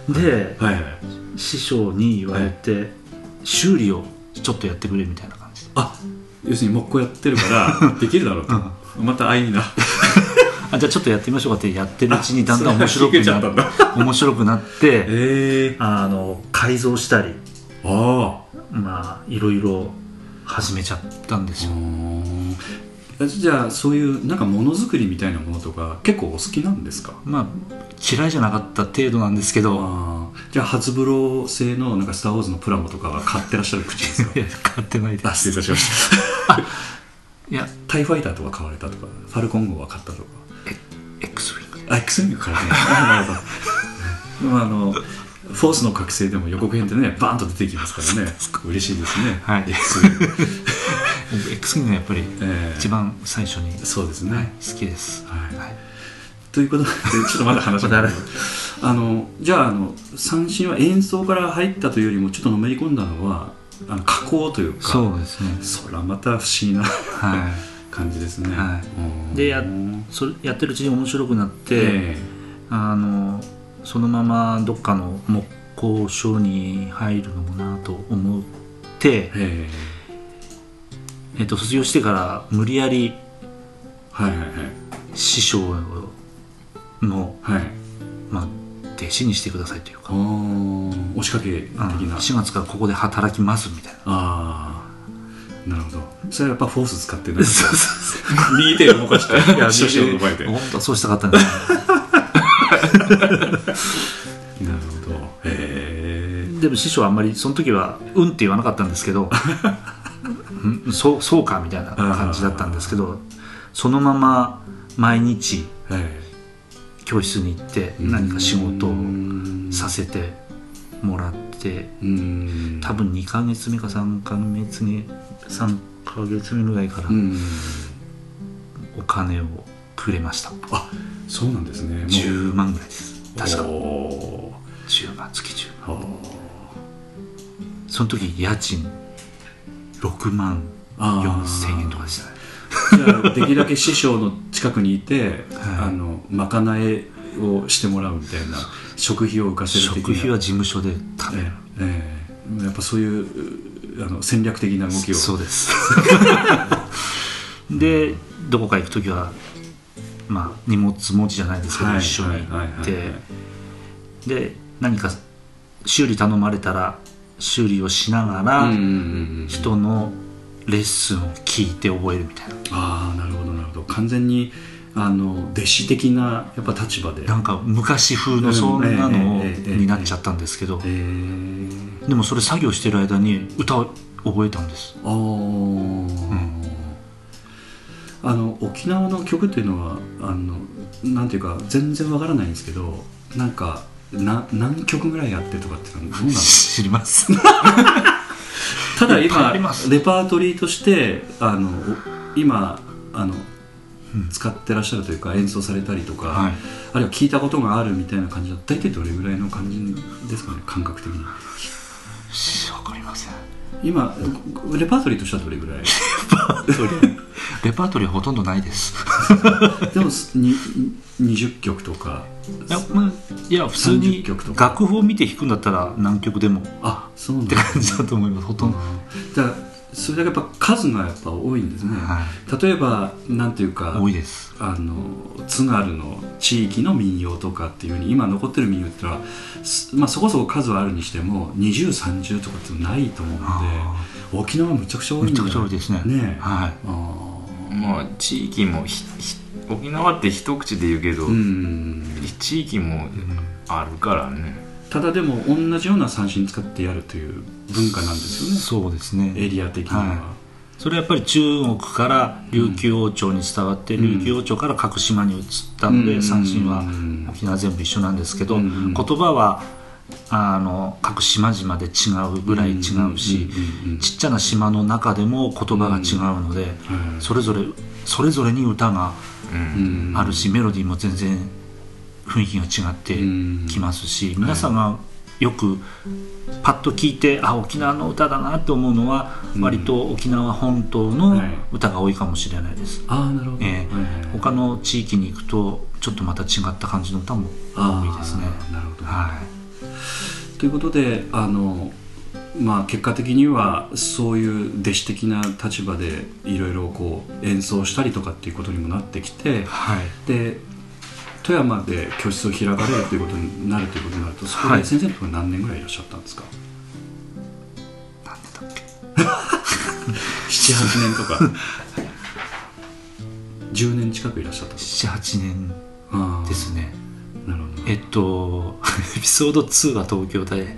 Speaker 5: で
Speaker 3: はいはい
Speaker 5: 師匠に言われて、修理をちょっとやってくれみたいな感じで
Speaker 3: あ要するに木工やってるから [LAUGHS] できるだろうと、また安易な
Speaker 5: あじゃあちょっとやってみましょうかってやってるうちにだんだん面
Speaker 3: あそ
Speaker 5: 白
Speaker 3: れ
Speaker 5: く
Speaker 3: は引き受けちゃったん
Speaker 5: な面白くな [LAUGHS] って、
Speaker 3: [LAUGHS] ええ
Speaker 5: あの改造したり
Speaker 3: ああ
Speaker 5: まあいろいろ始めちゃったんですよ、
Speaker 3: じゃあそういうなんかものづくりみたいなものとか結構お好きなんですか
Speaker 5: まあ嫌いじゃなかった程度なんですけど
Speaker 3: ああじゃあ初風呂製のなんか「スター・ウォーズ」のプラモとかは買ってらっしゃる口ですか [LAUGHS]
Speaker 5: いや買ってないで
Speaker 3: あ失
Speaker 5: す
Speaker 3: 礼いたしました
Speaker 5: いや
Speaker 3: タイファイターとか買われたとかファルコン号は買ったとか
Speaker 5: X ウィング
Speaker 3: あ X ウィング買われたねなるほど [LAUGHS] まああのフォースの覚醒でも予告編でねバーンと出てきますからね嬉しいですね
Speaker 5: はい
Speaker 3: X ウィング
Speaker 5: X ウィングがやっぱり
Speaker 3: ええ
Speaker 5: 一番最初に
Speaker 3: そうですね、
Speaker 5: はい好きです、
Speaker 3: はい
Speaker 5: はい
Speaker 3: ということでちょっとまだ話があのじゃああの三振は演奏から入ったというよりもちょっとのめり込んだのはあの加工というか
Speaker 5: そうですね
Speaker 3: そらまた不思議な
Speaker 5: は
Speaker 3: [LAUGHS] 感じですね、
Speaker 5: は
Speaker 3: うん
Speaker 5: いでやそれやってるうちに面白くなって、
Speaker 3: え
Speaker 5: あのそのままどっかの木工所に入るのもなと思って
Speaker 3: え、ええ
Speaker 5: えっと卒業してから無理やり
Speaker 3: はいはい
Speaker 5: 師匠の、
Speaker 3: はいはい
Speaker 5: まあ、弟子にしてくださいというか、
Speaker 3: お押しかけ的
Speaker 5: あの
Speaker 3: な
Speaker 5: 4月からここで働きますみたいな。
Speaker 3: ああなるほどそれはやっぱフォース使ってない
Speaker 5: そうそうそう
Speaker 3: 右手を動かして
Speaker 5: [LAUGHS]
Speaker 3: 師匠の前で
Speaker 5: 本当はそうしたかったんです
Speaker 3: なるほどへえ
Speaker 5: でも師匠はあんまりその時は「うん」って言わなかったんですけど「うんそうそうか」みたいな感じだったんですけどそのまま毎日
Speaker 3: はい
Speaker 5: 教室に行って何か仕事をさせてもらって
Speaker 3: うん
Speaker 5: 多分2ヶ月目か3ヶ月目3ヶ月目ぐらいから
Speaker 3: うん
Speaker 5: お金をくれました
Speaker 3: あそうなんですねもう
Speaker 5: 10万ぐらいです確か
Speaker 3: おー
Speaker 5: 10万月10万
Speaker 3: あー
Speaker 5: その時家賃6万4千円とかでしたね
Speaker 3: じゃあできるだけ師匠の近くにいて、あのまかないをしてもらうみたいな食費を浮かせる的な
Speaker 5: 食費は事務所で食べる
Speaker 3: ええええやっぱそういううあの戦略的な動きを
Speaker 5: そうです
Speaker 3: [LAUGHS]
Speaker 5: でどこか行く時はまあ荷物持ちじゃないですけど、
Speaker 3: はい
Speaker 5: 一緒に行っ
Speaker 3: はいはいはいは
Speaker 5: てで何か修理頼まれたら修理をしながら、
Speaker 3: うんうんうんうん
Speaker 5: 人のレッスンを聞いて覚えるみたいな
Speaker 3: ああなるほどなるほど完全にあの弟子的なやっぱ立場で
Speaker 5: なんか昔風のそんなのを
Speaker 3: うんええええええ
Speaker 5: になっちゃったんですけど
Speaker 3: ええ
Speaker 5: でもそれ作業してる間に歌を覚えたんです
Speaker 3: あー、あの沖縄の曲っていうのはあのなんていうか全然わからないんですけどなんかな何曲ぐらいあってとかっていうのはどうなんですか
Speaker 5: 知ります
Speaker 3: ただ
Speaker 5: いっぱい
Speaker 3: 今
Speaker 5: あります
Speaker 3: レパートリーとしてあのお今あの、
Speaker 5: うん
Speaker 3: 使ってらっしゃるというか演奏されたりとか、
Speaker 5: はい
Speaker 3: あるいは聞いたことがあるみたいな感じだ大体どれぐらいの感じですかね感覚的に
Speaker 5: わかりません
Speaker 3: 今レパートリーとしてはどれぐ
Speaker 5: [LAUGHS]
Speaker 3: らい
Speaker 5: レパートリーほとんどないです
Speaker 3: でもすに20曲とか
Speaker 5: [LAUGHS] いや,、まあ、いや普通に
Speaker 3: 30曲とか
Speaker 5: 楽譜を見て弾くんだったら何曲でもっ
Speaker 3: あそうなん
Speaker 5: て
Speaker 3: だ
Speaker 5: 感じだと思いますほとんど
Speaker 3: じゃあそれだけやっぱ数がやっぱ多いんですね、
Speaker 5: は
Speaker 3: 例えばなんていうか
Speaker 5: 多いです
Speaker 3: あの津軽の地域の民謡とかっていうふうに今残ってる民謡っていうのは、すまあ、そこそこ数はあるにしても2030とかってないと思うの
Speaker 5: あ
Speaker 3: で沖縄むちゃくちゃ多
Speaker 5: ー
Speaker 3: い
Speaker 5: め
Speaker 3: ん
Speaker 5: ち
Speaker 3: だ
Speaker 5: ゃくちゃ多いですね
Speaker 3: ねえ
Speaker 5: はい
Speaker 3: あ
Speaker 4: まあ地域もひひ沖縄って一口で言うけ
Speaker 3: ー
Speaker 4: ど、
Speaker 3: うん
Speaker 4: 地域もあるからね
Speaker 3: ただでも同じような三振使ってやるという文化なんですよね
Speaker 5: そうですね
Speaker 3: エリア的には、
Speaker 5: はそれはやっぱり中国から琉球王朝に伝わって、
Speaker 3: うん
Speaker 5: 琉球王朝から各島に移ったので、
Speaker 3: うん
Speaker 5: 三振は
Speaker 3: うん
Speaker 5: 沖縄全部一緒なんですけど、
Speaker 3: うん
Speaker 5: 言葉はあの各島々で違うぐらい違うし、
Speaker 3: うんうんうん
Speaker 5: ちっちゃな島の中でも言葉が違うので、
Speaker 3: うん
Speaker 5: それぞれそれぞれに歌が
Speaker 4: うん、
Speaker 5: あるし、メロディーも全然雰囲気が違ってきますし、皆さんがよくパッと聞いてあ沖縄の歌だなと思うのは割と沖縄本島の
Speaker 3: はい
Speaker 5: 歌が多いかもしれないです、
Speaker 3: ああなるほど、
Speaker 5: ええ
Speaker 3: はいはいはい
Speaker 5: 他の地域に行くとちょっとまた違った感じの歌も多いですね
Speaker 3: あーなるほど、
Speaker 5: はい
Speaker 3: ということであの、まあ、結果的にはそういう弟子的な立場でいろいろこう演奏したりとかっていうことにもなってきて
Speaker 5: はい
Speaker 3: で富山で教室を開かれるということになるということになるとそこ
Speaker 5: は
Speaker 3: で
Speaker 5: い
Speaker 3: 先生のところに何年ぐらいいらっしゃったんですか、
Speaker 5: なんでだっけ
Speaker 3: 78年とか10年近くいらっしゃったとか
Speaker 5: 78年
Speaker 3: あー
Speaker 5: ですね
Speaker 3: なるほど
Speaker 5: えっと [LAUGHS] エピソード2は東
Speaker 3: [LAUGHS]
Speaker 5: 京でエ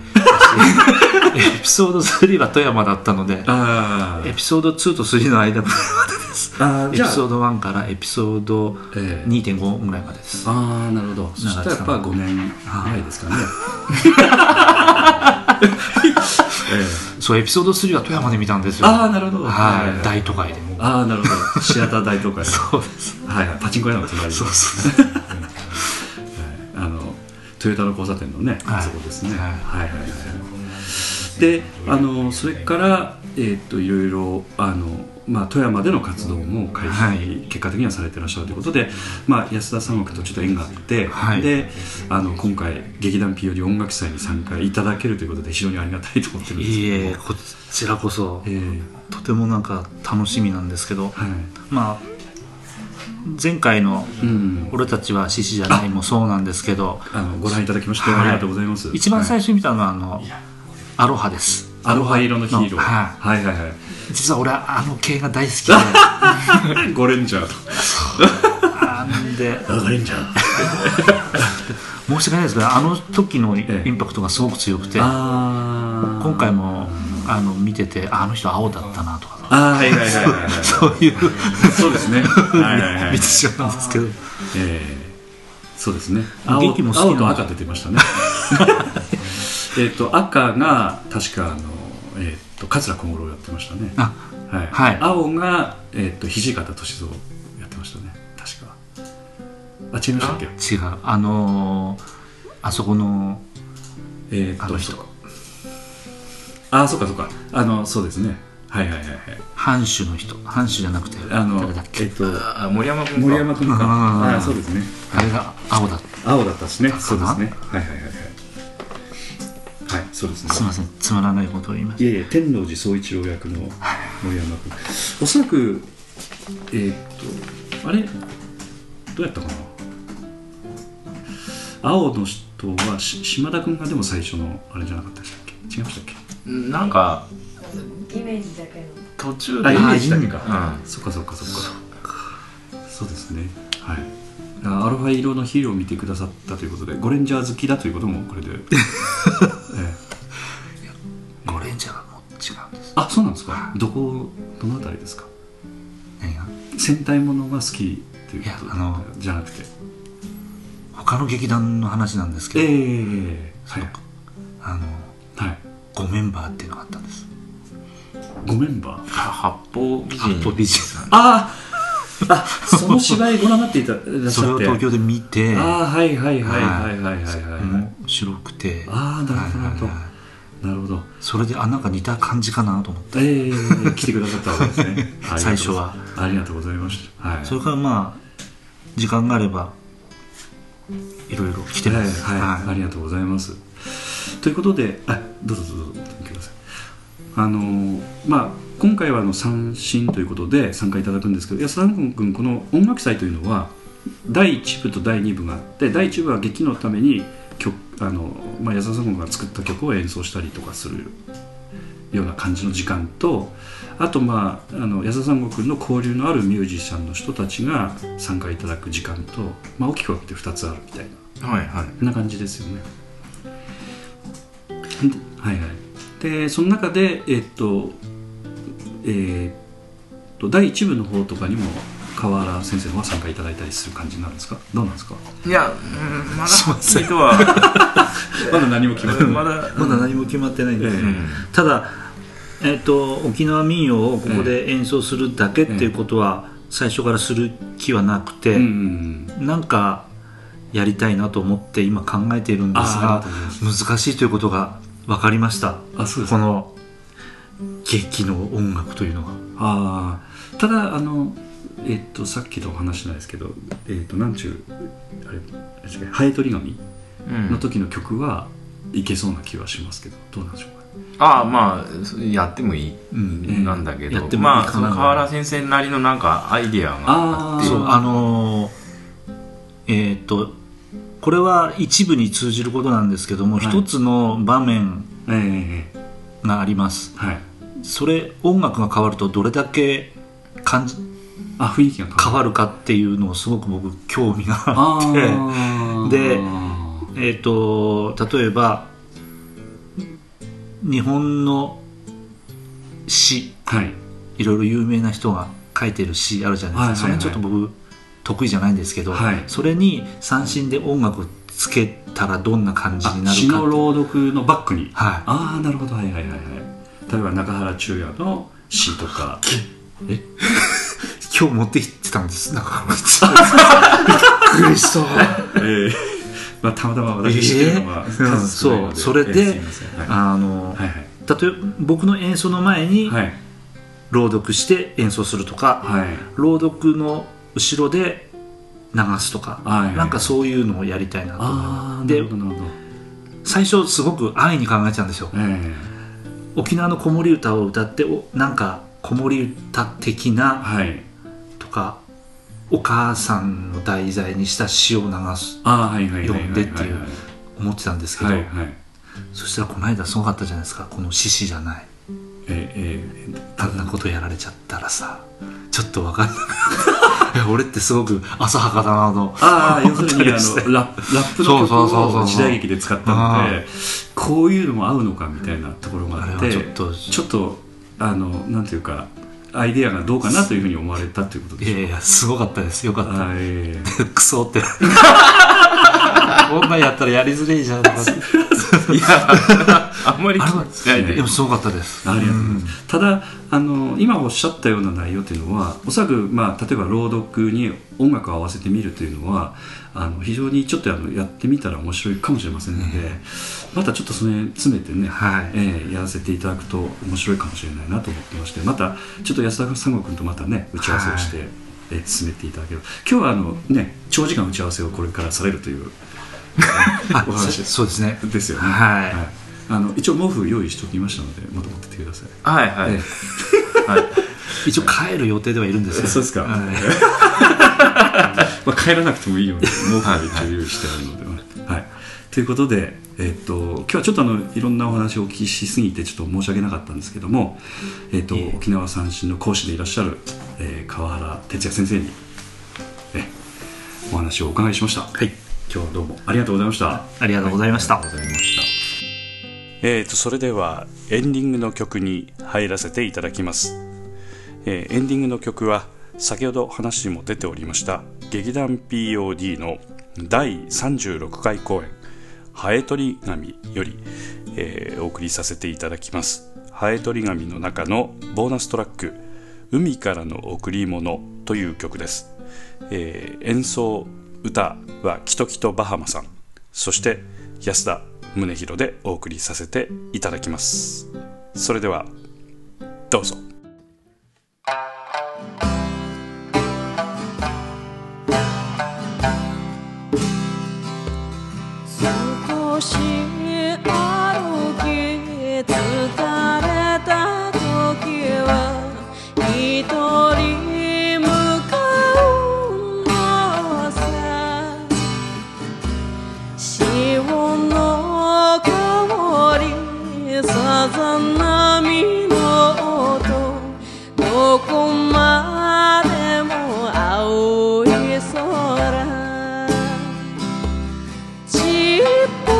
Speaker 5: ピソード3は富山だったので
Speaker 3: あ
Speaker 5: エピソード2と3の間ぐらいまでです
Speaker 3: あー
Speaker 5: エ
Speaker 3: じゃ
Speaker 5: ピ
Speaker 3: あ
Speaker 5: ソード1からエピソード
Speaker 3: ええ
Speaker 5: 2.5ぐらいまでです、
Speaker 3: ああなるほどそしたらやっぱ5年ぐらいですかね、ええ
Speaker 5: そうエピソード3は富山で見たんですよ
Speaker 3: [LAUGHS] ああなるほど
Speaker 5: はい、
Speaker 3: はい
Speaker 5: 大都会でも
Speaker 3: ああなるほどシアター大東海
Speaker 5: そうです
Speaker 3: はいはいパチンコ屋の隣そうそうあのトヨタの交差点のね、
Speaker 5: はい
Speaker 3: あそこですね、
Speaker 5: はい
Speaker 3: はいはいはいであのそれからえーっといろいろあのまあ、富山での活動も開始、
Speaker 5: はい
Speaker 3: 結果的にはされてらっしゃるということで、まあ、安田三国とちょっと縁があって、
Speaker 5: はい
Speaker 3: であの今回劇団 POD 音楽祭に参加いただけるということで非常にありがたいと思ってるんです
Speaker 5: い
Speaker 3: けど
Speaker 5: えこちらこそ
Speaker 3: えー
Speaker 5: とてもなんか楽しみなんですけど
Speaker 3: はい
Speaker 5: まあ前回の
Speaker 3: うん
Speaker 5: 「俺たちは獅子じゃない」もそうなんですけど
Speaker 3: あのご覧いただきましてありがとうございます。
Speaker 5: 一番最
Speaker 3: 初、
Speaker 5: 初に見たのはあの「アロハ」です
Speaker 3: アロハ色のヒーロー。
Speaker 5: は
Speaker 3: はいはいはい [LAUGHS]
Speaker 5: 実は俺はあの系が大好きで
Speaker 3: い。ゴレンジャーと。
Speaker 5: なんで
Speaker 3: ゴレンジャー。
Speaker 5: 申し訳ないですけどあの時のイ
Speaker 3: ええ
Speaker 5: ンパクトがすごく強くて、
Speaker 3: あー
Speaker 5: 今回。もあの見ててああの人青だったなとか
Speaker 3: あーはいはいはいはいはい。
Speaker 5: そういう
Speaker 3: そうですね。はいはいはい
Speaker 5: 見て。しまうんですけど
Speaker 3: えーそうですね。
Speaker 5: 元気も好きな
Speaker 3: 青と赤出てましたね。 [LAUGHS] えっと赤が確かあのえっと桂小五郎やってましたね。
Speaker 5: あ
Speaker 3: はい。
Speaker 5: はい
Speaker 3: 青がえっと土方歳三やってましたね。確か。あ違いましたっけ？
Speaker 5: 違うあのーあそこの
Speaker 3: えー、
Speaker 5: あ
Speaker 3: っと
Speaker 5: の人
Speaker 3: そうかあーそうかそうかあのそうですねはいはいはいはい
Speaker 5: 藩主の人藩主じゃなくて
Speaker 3: あの
Speaker 5: 誰だっけ
Speaker 3: えっと
Speaker 4: あ森山君か
Speaker 3: 森山君か
Speaker 5: あー
Speaker 3: あーそうですね
Speaker 5: あれが青だ
Speaker 3: 青だったですねそうで
Speaker 5: な
Speaker 3: すねはいはいはいはいはいそうですね
Speaker 5: すみませんつまらないことを言いまし
Speaker 3: いやいや天王寺総一郎役の森山君おそらくえー、っとあれどうやったかな青の人はし島田君がでも最初のあれじゃなかったでしたっけ違いましたっけ
Speaker 4: なんか
Speaker 1: イメージだけの
Speaker 4: 途中
Speaker 3: あ、
Speaker 4: で
Speaker 3: イメージ
Speaker 4: した
Speaker 3: だ
Speaker 4: っ
Speaker 3: け
Speaker 4: け
Speaker 3: か。そっかそっかそっか。そうですね。はい。アロハ色のヒーローを見てくださったということで、ゴレンジャー好きだということもこれ [LAUGHS] で。ええ
Speaker 5: たゴレンジャーがもう違うんです
Speaker 3: あ、そうなんですか。どこ、どのあたりですか。
Speaker 5: 何が
Speaker 3: 戦隊ものが好きというこ
Speaker 5: いやあの
Speaker 3: とじゃなくて。
Speaker 5: 他の劇団の話なんですけ
Speaker 3: え
Speaker 5: ど、
Speaker 3: えは
Speaker 5: そ
Speaker 3: い
Speaker 5: の。あの
Speaker 3: はい。
Speaker 5: 5メンバーっていうのがあったんです
Speaker 3: ごメンバー。
Speaker 4: 八方美人
Speaker 5: 八方美人
Speaker 3: ああ。その芝居ご覧になっていた。いらっし
Speaker 5: それ
Speaker 3: ゃ
Speaker 5: を
Speaker 3: って。
Speaker 5: 東京で見て
Speaker 3: ああ、はいはいはいはいはいはいはい。
Speaker 5: 面白くて
Speaker 3: ああ、なるほどなるほ
Speaker 5: はいはいはい
Speaker 3: ど。なるほど。
Speaker 5: それであなんか似た感じかなと思って
Speaker 3: ええ来てくださったわけです [LAUGHS] ね
Speaker 5: 最初は
Speaker 3: ありがとうございましたはい
Speaker 5: それからまあ時間があればいろいろ来てます、
Speaker 3: はいはい
Speaker 5: は
Speaker 3: ありがとうございますということであどうぞどうぞお聞きくださいあのーまあ今回はあの三振ということで参加いただくんですけど安田君君この音楽祭というのは第1部と第2部があって第1部は劇のために曲あの、まあ、安田君が作った曲を演奏したりとかするような感じの時間とあとまああの安田三国の交流のあるミュージシャンの人たちが参加いただく時間と、まあ、大きく分けて2つあるみたいな
Speaker 4: はいはい
Speaker 3: こんな感じですよね。ではいはい、でその中で、えっとえーっと第1部の方とかにも河原先生の方は参加いただいたりする感じになるんですかどうなんですか
Speaker 4: いやうんまだはっきりとは
Speaker 3: まだ何も決まって
Speaker 4: ま
Speaker 3: ない。
Speaker 4: だ
Speaker 5: [LAUGHS] まだ何も決まってないんです
Speaker 3: え
Speaker 5: ね、
Speaker 3: え
Speaker 4: [LAUGHS] うん
Speaker 5: ただ、えっと沖縄民謡をここで演奏するだけっていうことは最初からする気はなくて、
Speaker 3: うん
Speaker 5: なんかやりたいなと思って今考えているんで
Speaker 3: あー
Speaker 5: す
Speaker 3: ありが
Speaker 5: が
Speaker 3: とうござい
Speaker 5: 難しいということが分かりました
Speaker 3: あそうです
Speaker 5: この劇の音楽というのが
Speaker 3: ああただあのえっとさっきのお話じゃないですけどえっとなんちゅうあれあれですかハエトリガミ
Speaker 4: うん
Speaker 3: の時の曲はいけそうな気はしますけどどうなんでしょうか
Speaker 4: ああまあやってもいい、
Speaker 5: うん
Speaker 4: なんだけど
Speaker 5: やってもいいかな
Speaker 4: まあその河原先生なりのなんかアイディアがあって
Speaker 5: そうあのーえーっとこれは一部に通じることなんですけども
Speaker 3: はい
Speaker 5: 一、つの場面
Speaker 3: えええ
Speaker 5: があります
Speaker 3: えはい
Speaker 5: それ音楽が変わるとどれだけ感じ
Speaker 3: あ雰囲気が
Speaker 5: 変
Speaker 3: わ
Speaker 5: わるかっていうのをすごく僕興味があって
Speaker 3: あ
Speaker 5: で
Speaker 3: あ
Speaker 5: えー、と例えば日本の詩
Speaker 3: ーはい
Speaker 5: いろいろ有名な人が書いてる詩あるじゃないですか、
Speaker 3: はいはいはい
Speaker 5: それちょっと僕得意じゃないんですけど、
Speaker 3: はい
Speaker 5: それに三振で音楽つけたらどんな感じに
Speaker 3: あ
Speaker 5: な
Speaker 3: 詩
Speaker 5: るか
Speaker 3: の朗読のバックに
Speaker 5: は
Speaker 3: ああなるほどはいはいはいはい例えば中原中也の詩と
Speaker 5: [LAUGHS]
Speaker 3: か
Speaker 5: い、今日持って行ってたんですだから
Speaker 3: [LAUGHS]
Speaker 5: びっくりした
Speaker 3: ええ [LAUGHS] まあたまたま私知ってるのは
Speaker 5: ええ
Speaker 3: 数少ないの
Speaker 5: うんそうそれで
Speaker 3: ええすいませんはい
Speaker 5: [LAUGHS] あの、
Speaker 3: はいはい
Speaker 5: 例えば僕の演奏の前に
Speaker 3: はい
Speaker 5: 朗読して演奏するとか、
Speaker 3: はい
Speaker 5: 朗読の後ろで流すとか、
Speaker 3: はい
Speaker 5: なんかそういうのをやりたいなと思い
Speaker 3: あ
Speaker 5: ま
Speaker 3: あ
Speaker 5: す
Speaker 3: な
Speaker 5: で
Speaker 3: るほどなるほど
Speaker 5: 最初すごく安易に考えちゃうんですよ
Speaker 3: ええ
Speaker 5: 沖縄の子守歌を歌っておなんか子守歌的な
Speaker 3: はい
Speaker 5: とかお母さんの題材にした詩を流す
Speaker 3: ああはいはいはいはい
Speaker 5: 読んでっていう思ってたんですけど、
Speaker 3: はいはい
Speaker 5: そしたらこの間すごかったじゃないですかこの獅子じゃない
Speaker 3: えええ
Speaker 5: あんなことやられちゃったらさちょっとわかんない
Speaker 3: [LAUGHS]
Speaker 5: いや俺ってすごく浅はかだなと
Speaker 3: ああ要するにあ
Speaker 5: [LAUGHS] 本当ですね
Speaker 3: のラッラップの
Speaker 5: そうそ
Speaker 3: 曲
Speaker 5: うそうそ
Speaker 3: を
Speaker 5: う
Speaker 3: 時代劇で使ったのでこういうのも合うのかみたいなところが
Speaker 5: あれ
Speaker 3: あっ
Speaker 5: は
Speaker 3: て
Speaker 5: ちょっと
Speaker 3: ちょっとあのなんていうかアイデアがどうかなというふうに思われたということで
Speaker 5: い
Speaker 3: しょ
Speaker 5: やいやすごかったですよか
Speaker 3: う
Speaker 5: っ
Speaker 3: か
Speaker 5: た
Speaker 3: はいええ
Speaker 5: クソってこんなんやったらやりづれいじゃんとか
Speaker 4: いやあんまり気にし
Speaker 5: [LAUGHS]
Speaker 4: ないで
Speaker 5: でもすごかったです
Speaker 3: ありがとうございます、ただあの今おっしゃったような内容というのはおそらく、まあ、例えば朗読に音楽を合わせてみるというのはあの非常にちょっとあのやってみたら面白いかもしれませんので、またちょっとその辺詰めてね、
Speaker 5: はい
Speaker 3: えーやらせていただくと面白いかもしれないなと思ってましてまたちょっと安田三郷君とまたね打ち合わせをして、えー進めていただければ今日はあの、ね、長時間打ち合わせをこれからされるという
Speaker 5: あ
Speaker 3: お話
Speaker 5: そそうですね
Speaker 3: ですよね。
Speaker 5: はい
Speaker 3: あの一応毛布用意しておきましたのでまた持ってってください。
Speaker 4: はいはい、
Speaker 3: ええ
Speaker 5: 一応帰る予定ではいるんですよ
Speaker 3: そうですか
Speaker 5: はい
Speaker 3: まあ、帰らなくてもいいように毛布が一応用意してあるので、はい、ということで、えっと今日はちょっとあのいろんなお話をお聞きしすぎてちょっと申し訳なかったんですけども、えっと
Speaker 5: いえ
Speaker 3: 沖縄三振の講師でいらっしゃる、えー川原哲也先生に、えお話をお伺いしました、はい、今日はどうもありがとうございました。
Speaker 5: ありがとうございました、
Speaker 3: えー、とそれではエンディングの曲に入らせていただきます、えーエンディングの曲は先ほど話にも出ておりました劇団 POD の第36回公演「ハエトリガミ」より、えーお送りさせていただきますハエトリガミの中のボーナストラック「海からの贈り物」という曲です、えー演奏歌はキトキトバハマさんそして安田宗弘でお送りさせていただきますそれではどうぞ
Speaker 7: 少し歩き疲れた
Speaker 6: 風波の音どこまでも青い空ちっぽ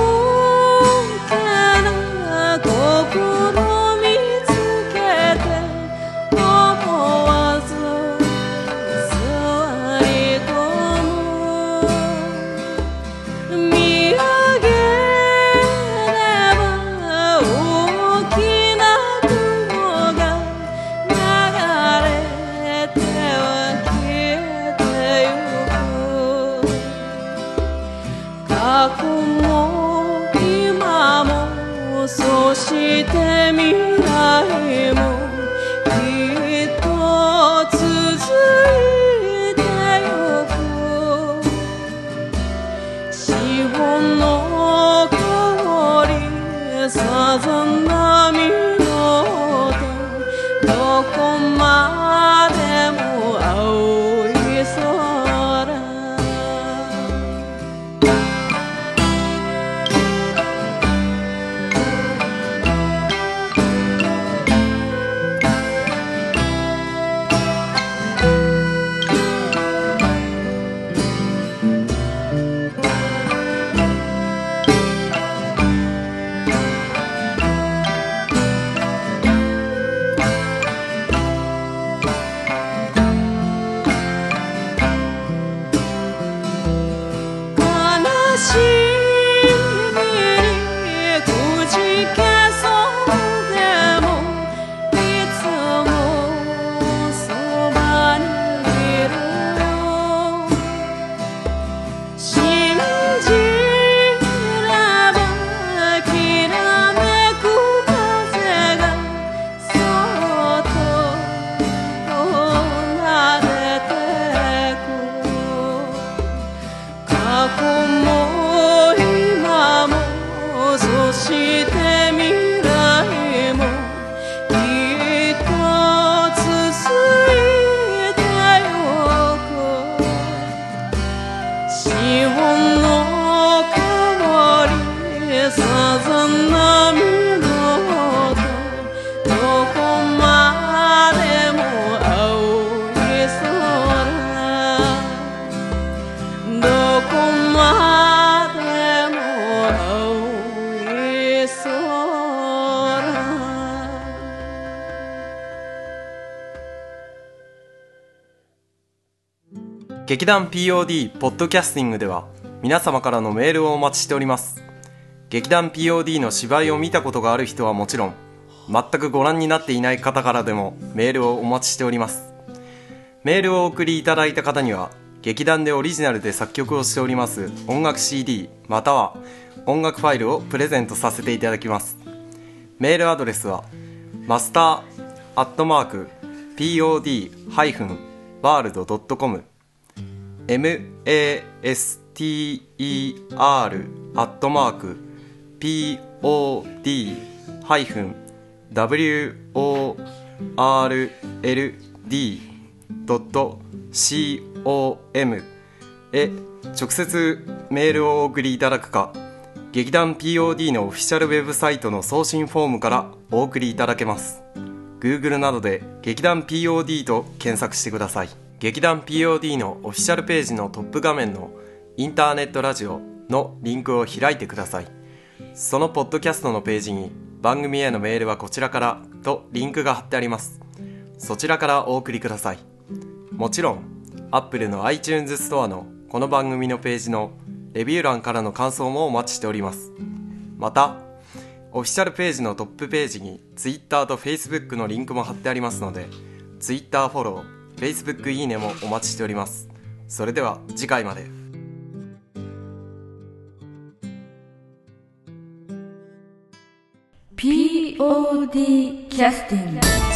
Speaker 6: けな心見つけて思わず座り込む「見上げれば大きな雲が流れては消えてゆく」「過去も今もそして未来も」「きっと続いてゆく」潮の香りさざ波の音どこまでも青い空悲しみにくじけそうでもいつもそばにいる信じればきらめく風がそっと流れてく過去も今もそして未来もきっと続いてゆく潮の香りさざ波の音どこまでも青い空どこまでも青い空
Speaker 2: 劇団 POD ポッドキャスティングでは皆様からのメールをお待ちしております劇団 POD の芝居を見たことがある人はもちろん全くご覧になっていない方からでもメールをお待ちしておりますメールをお送りいただいた方には劇団でオリジナルで作曲をしております音楽 CD または音楽ファイルをプレゼントさせていただきますメールアドレスはマスターアットマーク pod-world.com master.pod-world.com へ直接メールをお送りいただくか劇団 POD のオフィシャルウェブサイトの送信フォームからお送りいただけます Google などで劇団 POD と検索してください劇団 POD のオフィシャルページのトップ画面のインターネットラジオのリンクを開いてくださいそのポッドキャストのページに番組へのメールはこちらからとリンクが貼ってありますそちらからお送りくださいもちろん Apple の iTunes ストアのこの番組のページのレビュー欄からの感想もお待ちしておりますまたオフィシャルページのトップページに Twitter と Facebook のリンクも貼ってありますので Twitter フォロー Facebook いいねもお待ちしておりますそれでは次回まで
Speaker 1: ー POD キャスティング